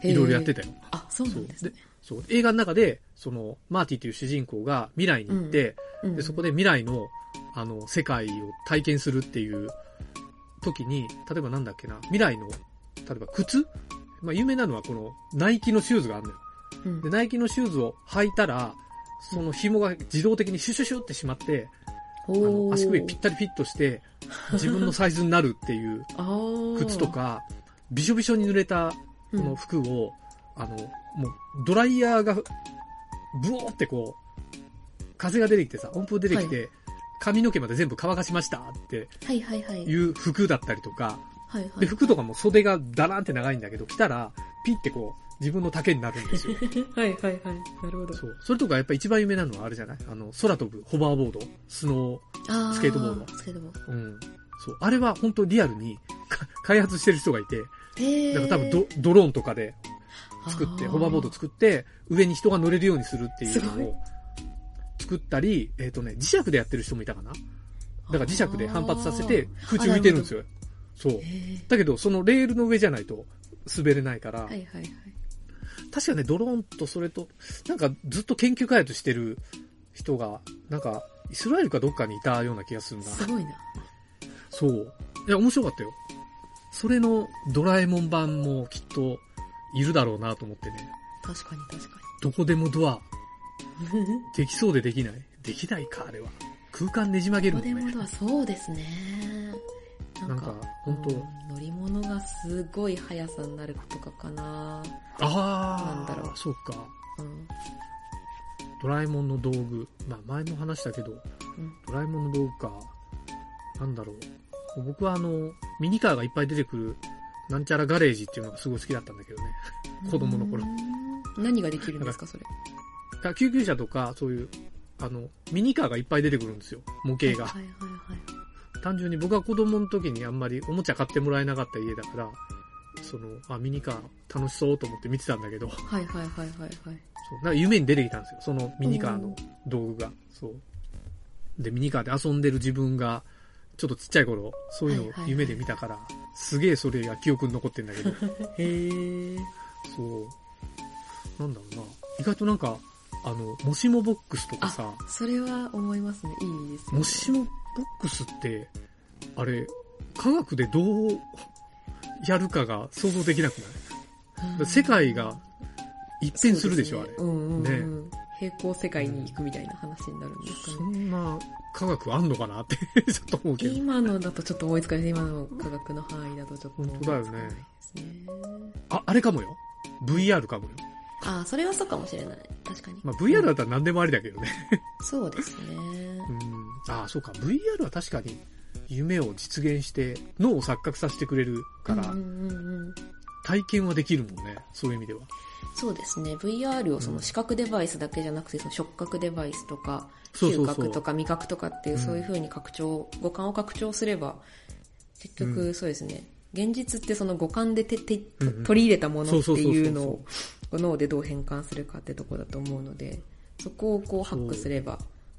[SPEAKER 3] て、いろいろやってたよ。
[SPEAKER 2] あそうな
[SPEAKER 3] そうん
[SPEAKER 2] ですね
[SPEAKER 3] そう映画の中で、その、マーティという主人公が未来に行って、で、そこ
[SPEAKER 2] で
[SPEAKER 3] で未来の、あの、世界を体験するっていう時に、例えばなんだっけな、未来の、例えば靴まあ、有名なのはこの、ナイキのシューズがあるのよ。で、ナイキのシューズを履いたら、その紐が自動的にシュシュシュってしまって、あの足首ぴったりフィットして、自分のサイズになるっていう靴とか、びしょびしょに濡れたこの服を、あの、もうドライヤーが、ブオーってこう、風が出てきてさ、温風出てきて、髪の毛まで全部乾かしましたって
[SPEAKER 2] はいはいはい
[SPEAKER 3] い
[SPEAKER 2] は
[SPEAKER 3] う服だったりとか、
[SPEAKER 2] いは
[SPEAKER 3] で、
[SPEAKER 2] い
[SPEAKER 3] 服とかも袖がダラーンって長いんだけど、着たら、ピッてこう、自分の丈になる
[SPEAKER 2] *laughs*
[SPEAKER 3] んですよ。
[SPEAKER 2] はいはいはいなるほど
[SPEAKER 3] そう。それとかやっぱ一番有名なのはあれじゃないあの、空飛ぶ、ホバーボード、スノー、
[SPEAKER 2] あ
[SPEAKER 3] スケートボード
[SPEAKER 2] スケートボード
[SPEAKER 3] うん。そう。あれは本当リアルにか開発してる人がいて、
[SPEAKER 2] へー
[SPEAKER 3] だから多分ドドローンとかで作って、
[SPEAKER 2] あ
[SPEAKER 3] ホバーボード作って、上に人が乗れるようにするっていう
[SPEAKER 2] すご
[SPEAKER 3] の
[SPEAKER 2] い
[SPEAKER 3] を作ったり、えっ、とね、磁石でやってる人もいたかなだから磁石で反発させて空中浮いてるんですよ。そう
[SPEAKER 2] へ。ー
[SPEAKER 3] だけど、そのレールの上じゃないと滑れないから、
[SPEAKER 2] はいはいはい
[SPEAKER 3] 確かね、ドローンとそれと、なんかずっと研究開発してる人が、なんか、イスラエルかどっかにいたような気がするな。
[SPEAKER 2] すごいな
[SPEAKER 3] そう。いや、面白かったよ。それのドラえもん版もきっといるだろうなと思ってね。
[SPEAKER 2] 確かに確か
[SPEAKER 3] どこでもドア、
[SPEAKER 2] に
[SPEAKER 3] できそうでできない。できないか、あれは。空間ねじ曲げ
[SPEAKER 2] ど
[SPEAKER 3] るも
[SPEAKER 2] こ
[SPEAKER 3] ん
[SPEAKER 2] で
[SPEAKER 3] ね。
[SPEAKER 2] もドアそうですねな
[SPEAKER 3] なん
[SPEAKER 2] ん
[SPEAKER 3] か
[SPEAKER 2] か
[SPEAKER 3] 本当
[SPEAKER 2] うん乗り物がすごい速さになることかかな、
[SPEAKER 3] ああ、
[SPEAKER 2] なんだろう
[SPEAKER 3] そうか。
[SPEAKER 2] うん、
[SPEAKER 3] ドラえもんの道具。まあ前も話したけど、ドラえもんの道具か。なんだろう。僕はあの、ミニカーがいっぱい出てくる、なんちゃらガレージっていうのがすごい好きだったんだけどね。子供の頃
[SPEAKER 2] うん何ができるんですかそれ
[SPEAKER 3] だから救急車とか、そういう、あの、ミニカーがいっぱい出てくるんですよ。模型が。
[SPEAKER 2] はいはいはいはい
[SPEAKER 3] 単純に僕は子供の時にあんまりおもちゃ買ってもらえなかった家だから、その、あ、ミニカー楽しそうと思って見てたんだけど、そう
[SPEAKER 2] はいはいはいはいはい。
[SPEAKER 3] なんか夢に出てきたんですよ、そのミニカーの道具が。そう。で、ミニカーで遊んでる自分が、ちょっとちっちゃい頃、そういうのを夢で見たから、すげえそれが記憶に残ってんだけ *laughs* ど、
[SPEAKER 2] へえ。
[SPEAKER 3] そう。なんだろうな。意外となんか、あの、もしもボックスとかさ、
[SPEAKER 2] それは思いますね。いいですよ、ね。
[SPEAKER 3] もしもボックスって、あれ、科学でどうやるかが想像できなくないだから世界が一変するでしょ、
[SPEAKER 2] そう
[SPEAKER 3] あれ。
[SPEAKER 2] すねうんうんうん。平行世界に行くみたいな話になるんです
[SPEAKER 3] そ
[SPEAKER 2] かね。
[SPEAKER 3] んな科学あんのかなって、 *laughs* ちょっと思うけど。
[SPEAKER 2] 今のだとちょっと思いつかないです。今の科学の範囲だとちょっと思いつかない
[SPEAKER 3] 本当だよね
[SPEAKER 2] ですね。
[SPEAKER 3] あ、あれかもよ。VR かもよ。
[SPEAKER 2] ああ、それはそうかもしれない。確かに。
[SPEAKER 3] まあ、VR だったら何でもありだけどね。
[SPEAKER 2] そうですね。
[SPEAKER 3] うん。ああ、そうか。VR は確かに夢を実現して脳を錯覚させてくれるから
[SPEAKER 2] うん、うんうんうん。
[SPEAKER 3] 体験はできるもんね。そういう意味では。
[SPEAKER 2] そうですね。VR をその視覚デバイスだけじゃなくて、その触覚デバイスとか、
[SPEAKER 3] そうそう
[SPEAKER 2] 嗅
[SPEAKER 3] そう
[SPEAKER 2] 覚とか味覚とかっていう、
[SPEAKER 3] うん
[SPEAKER 2] そういう風に拡張、五感を拡張すれば、結
[SPEAKER 3] う
[SPEAKER 2] 局そうですね。現実ってその五感でてて
[SPEAKER 3] うんうん
[SPEAKER 2] 取り入れたものっていうの
[SPEAKER 3] そうそう
[SPEAKER 2] をこう脳でどう変換するかってとこだと思うので、そこをこうハックすれば、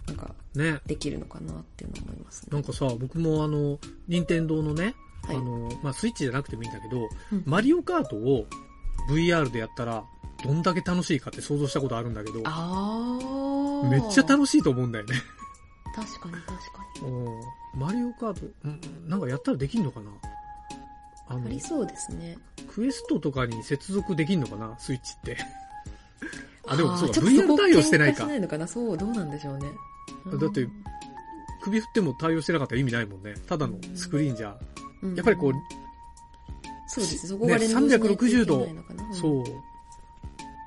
[SPEAKER 2] なんか
[SPEAKER 3] ね。
[SPEAKER 2] できるのかなっていうのは思います
[SPEAKER 3] な
[SPEAKER 2] ね。
[SPEAKER 3] んかさ、僕もあの、任天堂のね、
[SPEAKER 2] はい
[SPEAKER 3] あの、まあ、スイッチじゃなくてもいいんだけど、
[SPEAKER 2] うん
[SPEAKER 3] マリオカートを VR でやったら、どんだけ楽しいかって想像したことあるんだけど、
[SPEAKER 2] あー。
[SPEAKER 3] めっちゃ
[SPEAKER 2] し
[SPEAKER 3] 楽しいと思うんだ
[SPEAKER 2] *laughs*
[SPEAKER 3] よね。
[SPEAKER 2] 確かに確か
[SPEAKER 3] うんマリオカート、うんなんかやったらできんのかなあ
[SPEAKER 2] に。あ
[SPEAKER 3] の
[SPEAKER 2] り、そうですね。
[SPEAKER 3] クエストとかに接続できんのかなスイッチって。あ、でもそう
[SPEAKER 2] ー
[SPEAKER 3] か、
[SPEAKER 2] ちょっとそ
[SPEAKER 3] VR
[SPEAKER 2] こ
[SPEAKER 3] 対応してない
[SPEAKER 2] 喧嘩
[SPEAKER 3] か
[SPEAKER 2] しな。いのかなそう、どうなんでしょうね。
[SPEAKER 3] だって
[SPEAKER 2] うん
[SPEAKER 3] 首振っても対応してなかったら意味ないもんね。ただのスクリーンじゃ
[SPEAKER 2] うん
[SPEAKER 3] やっぱりこう、
[SPEAKER 2] そうです。そこが
[SPEAKER 3] ね
[SPEAKER 2] 連動しないとい
[SPEAKER 3] 360度
[SPEAKER 2] けないのかな。うん
[SPEAKER 3] そう。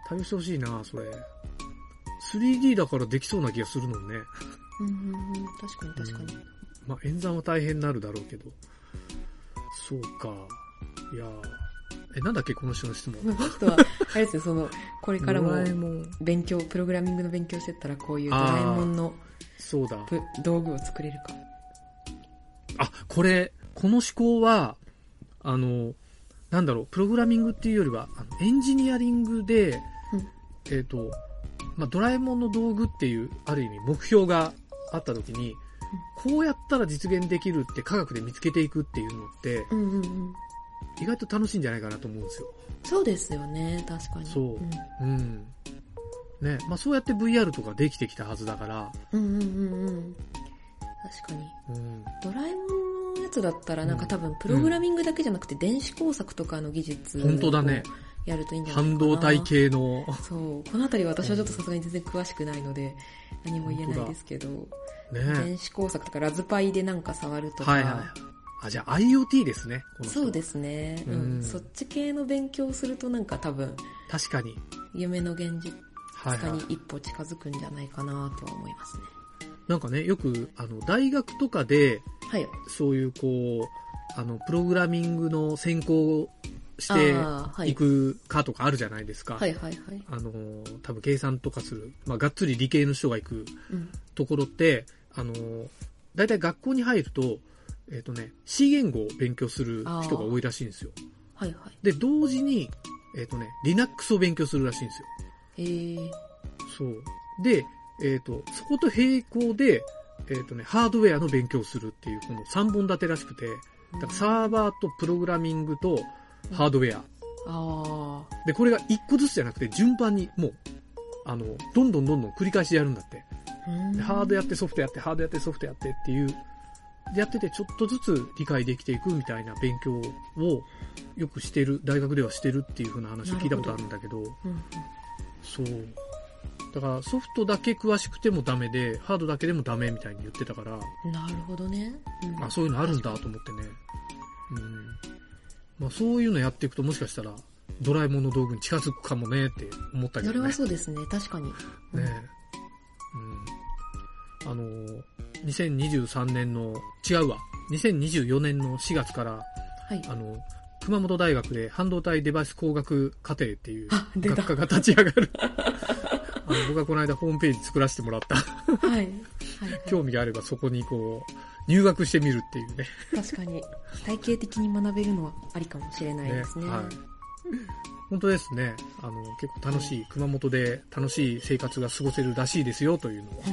[SPEAKER 3] 対応してほしいな、それ。3D だからできそうな気がするもんね。
[SPEAKER 2] うんうんうん、確かに確かに。
[SPEAKER 3] まあ、演算は大変になるだろうけど。そうか。いやーえ、なんだっけ、この人の質問。
[SPEAKER 2] *laughs* まあこの人は、あれですよ、その、これからも
[SPEAKER 3] ドラえもん。
[SPEAKER 2] 勉強、プログラミングの勉強してったら、こういうドラえもんの
[SPEAKER 3] そうだ。
[SPEAKER 2] ぶ道具を作れるか。
[SPEAKER 3] あ、これ、この思考は、あの、なんだろう、プログラミングっていうよりは、あのエンジニアリングで、
[SPEAKER 2] うん
[SPEAKER 3] えっ、と、まあ、ドラえもんの道具っていう、ある意味目標があった時に、こうやったら実現できるって科学で見つけていくっていうのって、
[SPEAKER 2] うんうんうん。
[SPEAKER 3] 意外と楽しいんじゃないかなと思うんですよ。
[SPEAKER 2] そうですよね、確かに。
[SPEAKER 3] そううん。ね、まあ、そうやって VR とかできてきたはずだから、
[SPEAKER 2] うん。うんうんうんうん。確かに。
[SPEAKER 3] うん。
[SPEAKER 2] ドラえもんのやつだったら、なん
[SPEAKER 3] う
[SPEAKER 2] か
[SPEAKER 3] ん
[SPEAKER 2] 多分、プログラミングだけじゃなくて、電子工作とかの技術を
[SPEAKER 3] 本当だね。
[SPEAKER 2] やるといいんじゃない
[SPEAKER 3] 半
[SPEAKER 2] かな。
[SPEAKER 3] 導体。系の、
[SPEAKER 2] そう。このあたりは私はちょっとさすがに全然詳しくないので、何も言えないですけど、
[SPEAKER 3] ね。
[SPEAKER 2] 電子工作とかラズパイでなんか触るとか、
[SPEAKER 3] はいはい。あ、じゃあ IoT ですね、この人
[SPEAKER 2] そうですね、うん
[SPEAKER 3] うん
[SPEAKER 2] そっち系の勉強をするとなんか多分
[SPEAKER 3] 確かに。
[SPEAKER 2] 夢の現実
[SPEAKER 3] はい、
[SPEAKER 2] 化
[SPEAKER 3] は
[SPEAKER 2] に
[SPEAKER 3] い。
[SPEAKER 2] 一歩近づくんじゃないかなとは思いますね。
[SPEAKER 3] なんかね、よく、あの、大学とかで、
[SPEAKER 2] はい。
[SPEAKER 3] そういうこう、あの、プログラミングの専攻をし
[SPEAKER 2] あ
[SPEAKER 3] て
[SPEAKER 2] ーはい
[SPEAKER 3] くかとかあるじゃないですか。
[SPEAKER 2] はいはいはい。
[SPEAKER 3] あの、多分計算とかする、まあ、がっつり理系の人が行く
[SPEAKER 2] うん。
[SPEAKER 3] ところって、あの、大体学校に入ると、えっ、とね、C 言語を勉強する人が多いらしいんですよ。
[SPEAKER 2] はいはい。
[SPEAKER 3] で、同時に、えっ、とね、Linux を勉強するらしいんですよ。
[SPEAKER 2] えー、
[SPEAKER 3] そう。で、えっ、と、そこと並行で、えっ、とね、ハードウェアの勉強するっていう、この3本立てらしくて、だからサーバーとプログラミングとハードウェア。
[SPEAKER 2] ああ、
[SPEAKER 3] で、これが1個ずつじゃなくて、順番にもう、あの、どんどんどんどん繰り返しやるんだって。でハードやってソフトやって、ハードやってソフトやってっていう、でやっててちょっとずつ理解できていくみたいな勉強をよくしてる、大学ではしてるっていう風な話を聞いたことあるんだけど、
[SPEAKER 2] うんうん
[SPEAKER 3] そう。だからソフトだけ詳しくてもダメで、ハードだけでもダメみたいに言ってたから、
[SPEAKER 2] なるほどね。うん
[SPEAKER 3] あ、そういうのあるんだと思ってね。うん。まあそういうのやっていくともしかしたら、ドラえもんの道具に近づくかもねって思ったけ
[SPEAKER 2] それ
[SPEAKER 3] どね。
[SPEAKER 2] はそうですね、確かに。うん
[SPEAKER 3] ねえ。うん。あのー、2023年の、違うわ。2024年の4月から、
[SPEAKER 2] はい。
[SPEAKER 3] あの、熊本大学で半導体デバイス工学課程っていう
[SPEAKER 2] あ出た
[SPEAKER 3] 学科が立ち上がる。 *laughs* あの僕はこの間ホームページ作らせてもらった。
[SPEAKER 2] はい。はい、はい。
[SPEAKER 3] 興味があればそこにこう、入学してみるっていうね。
[SPEAKER 2] 確かに、体系的に学べるのはありかもしれないですね。
[SPEAKER 3] ねはい本当ですね。あの、結構楽しい、熊本で楽しい生活が過ごせるらしいですよというのを、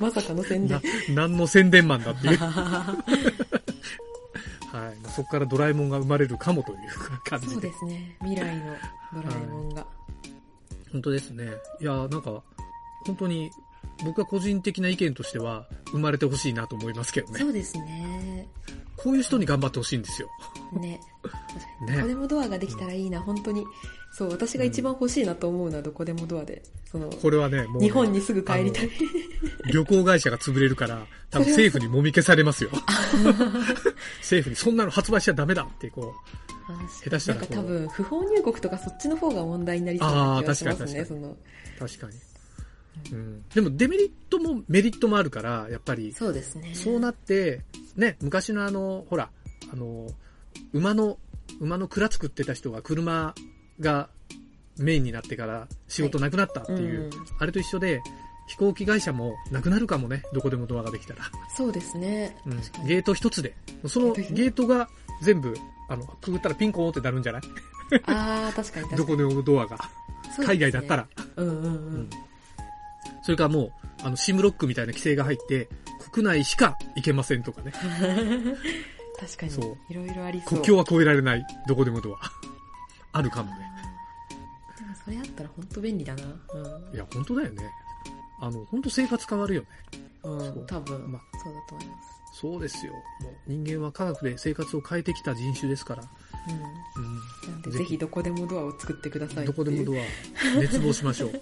[SPEAKER 2] まさかの宣
[SPEAKER 3] な
[SPEAKER 2] 伝。
[SPEAKER 3] 何の宣伝マンだっていう。 *laughs* はい。まあそこからドラえもんが生まれるかもという感
[SPEAKER 2] そ
[SPEAKER 3] じ
[SPEAKER 2] う
[SPEAKER 3] で。
[SPEAKER 2] ですね。未来のドラえもんが。
[SPEAKER 3] 本当ですね。いや、なんか、本当に、僕は個人的な意見としては、生まれてほしいなと思いますけどね
[SPEAKER 2] そ。うですね。
[SPEAKER 3] こういう人に頑張ってほしいんですよ。
[SPEAKER 2] ね。
[SPEAKER 3] ね
[SPEAKER 2] どこでもドアができたらいいな、本当に。そう、私が一番欲しいなと思うのはどこでもドアで。その、
[SPEAKER 3] これはね、もうね、
[SPEAKER 2] 日本にすぐ帰りたい。
[SPEAKER 3] 旅行会社が潰れるから、多分政府にもみ消されますよ。 *laughs* 政府にそんなの発売しちゃダメだって、こ下手したら
[SPEAKER 2] なん
[SPEAKER 3] こう
[SPEAKER 2] か多分、不法入国とかそっちの方が問題になりそう
[SPEAKER 3] あ
[SPEAKER 2] な
[SPEAKER 3] ー
[SPEAKER 2] 気がしま
[SPEAKER 3] 確
[SPEAKER 2] す
[SPEAKER 3] かに
[SPEAKER 2] ね、
[SPEAKER 3] 確か
[SPEAKER 2] その。
[SPEAKER 3] う、確かに。うん、でもデメリットもメリットもあるから、やっぱり、
[SPEAKER 2] そうですね。
[SPEAKER 3] そうなって、ね、昔のあの、ほら、あの、馬の、馬の鞍作ってた人が車がメインになってから仕事なくなったっていう、
[SPEAKER 2] うん
[SPEAKER 3] あれと一緒で、飛行機会社もなくなるかもね、どこでもドアができたら。
[SPEAKER 2] そうですね。
[SPEAKER 3] うん
[SPEAKER 2] 確かに。
[SPEAKER 3] ゲート一つで。そのゲートが全部、あの、くぐったらピンコーンってなるんじゃない
[SPEAKER 2] ああ、確かに確かに。
[SPEAKER 3] どこでもドアが。
[SPEAKER 2] そうですね
[SPEAKER 3] 海外だったら。。
[SPEAKER 2] うんうんうん。
[SPEAKER 3] それからもう、あの、シムロックみたいな規制が入って、国内しか行けませんとかね。
[SPEAKER 2] 確かに
[SPEAKER 3] そう。
[SPEAKER 2] いろいろありそう。
[SPEAKER 3] 国境は越えられない、どこでもドア。 *laughs* あるかもね。
[SPEAKER 2] でもそれあったら本当便利だな。
[SPEAKER 3] いや、本当だよね。あの、本当生活変わるよね。
[SPEAKER 2] うん。
[SPEAKER 3] そう
[SPEAKER 2] うん、多分、
[SPEAKER 3] まあ
[SPEAKER 2] そうだと思います。
[SPEAKER 3] そうですよ。もう人間は科学で生活を変えてきた人種ですから。
[SPEAKER 2] う
[SPEAKER 3] うん。
[SPEAKER 2] ん。なんで、
[SPEAKER 3] ぜ
[SPEAKER 2] ぜ
[SPEAKER 3] ひ
[SPEAKER 2] ひどこでもドアを作ってください。
[SPEAKER 3] どこでもド
[SPEAKER 2] ア。
[SPEAKER 3] ア、 *laughs* 熱望しましょう。はい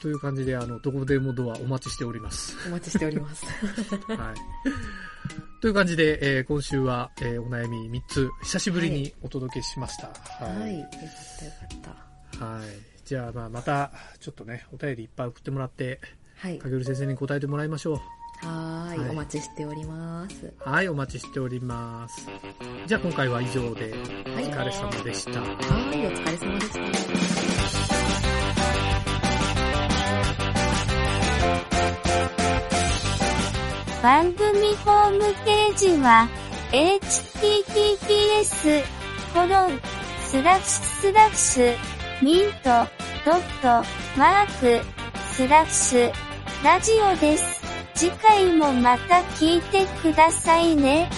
[SPEAKER 3] という感じ *laughs* で、あの、どこでもドアお待ちしております。
[SPEAKER 2] お待ちしております。
[SPEAKER 3] はい。という感じで、えー今週は、えーお悩み3つ、久しぶりにお届けしました。
[SPEAKER 2] はい、
[SPEAKER 3] はい
[SPEAKER 2] よかったよかった。
[SPEAKER 3] はい。じゃあ、まあ、また、ちょっとね、お便りいっぱい送ってもらって、
[SPEAKER 2] はい。
[SPEAKER 3] かげる先生に答えてもらいましょう。
[SPEAKER 2] はーい
[SPEAKER 3] はい
[SPEAKER 2] お待ちしております。
[SPEAKER 3] はい、お待ちしております。じゃあ、今回は以上で、お
[SPEAKER 2] はい
[SPEAKER 3] 疲れ様でした。
[SPEAKER 2] はい、お疲れ様でした。
[SPEAKER 4] 番組ホームページは、https, コロン、スラッシュスラッシュ、ミント、ドット、マーク、スラッシュ、ラジオです。次回もまた聞いてくださいね。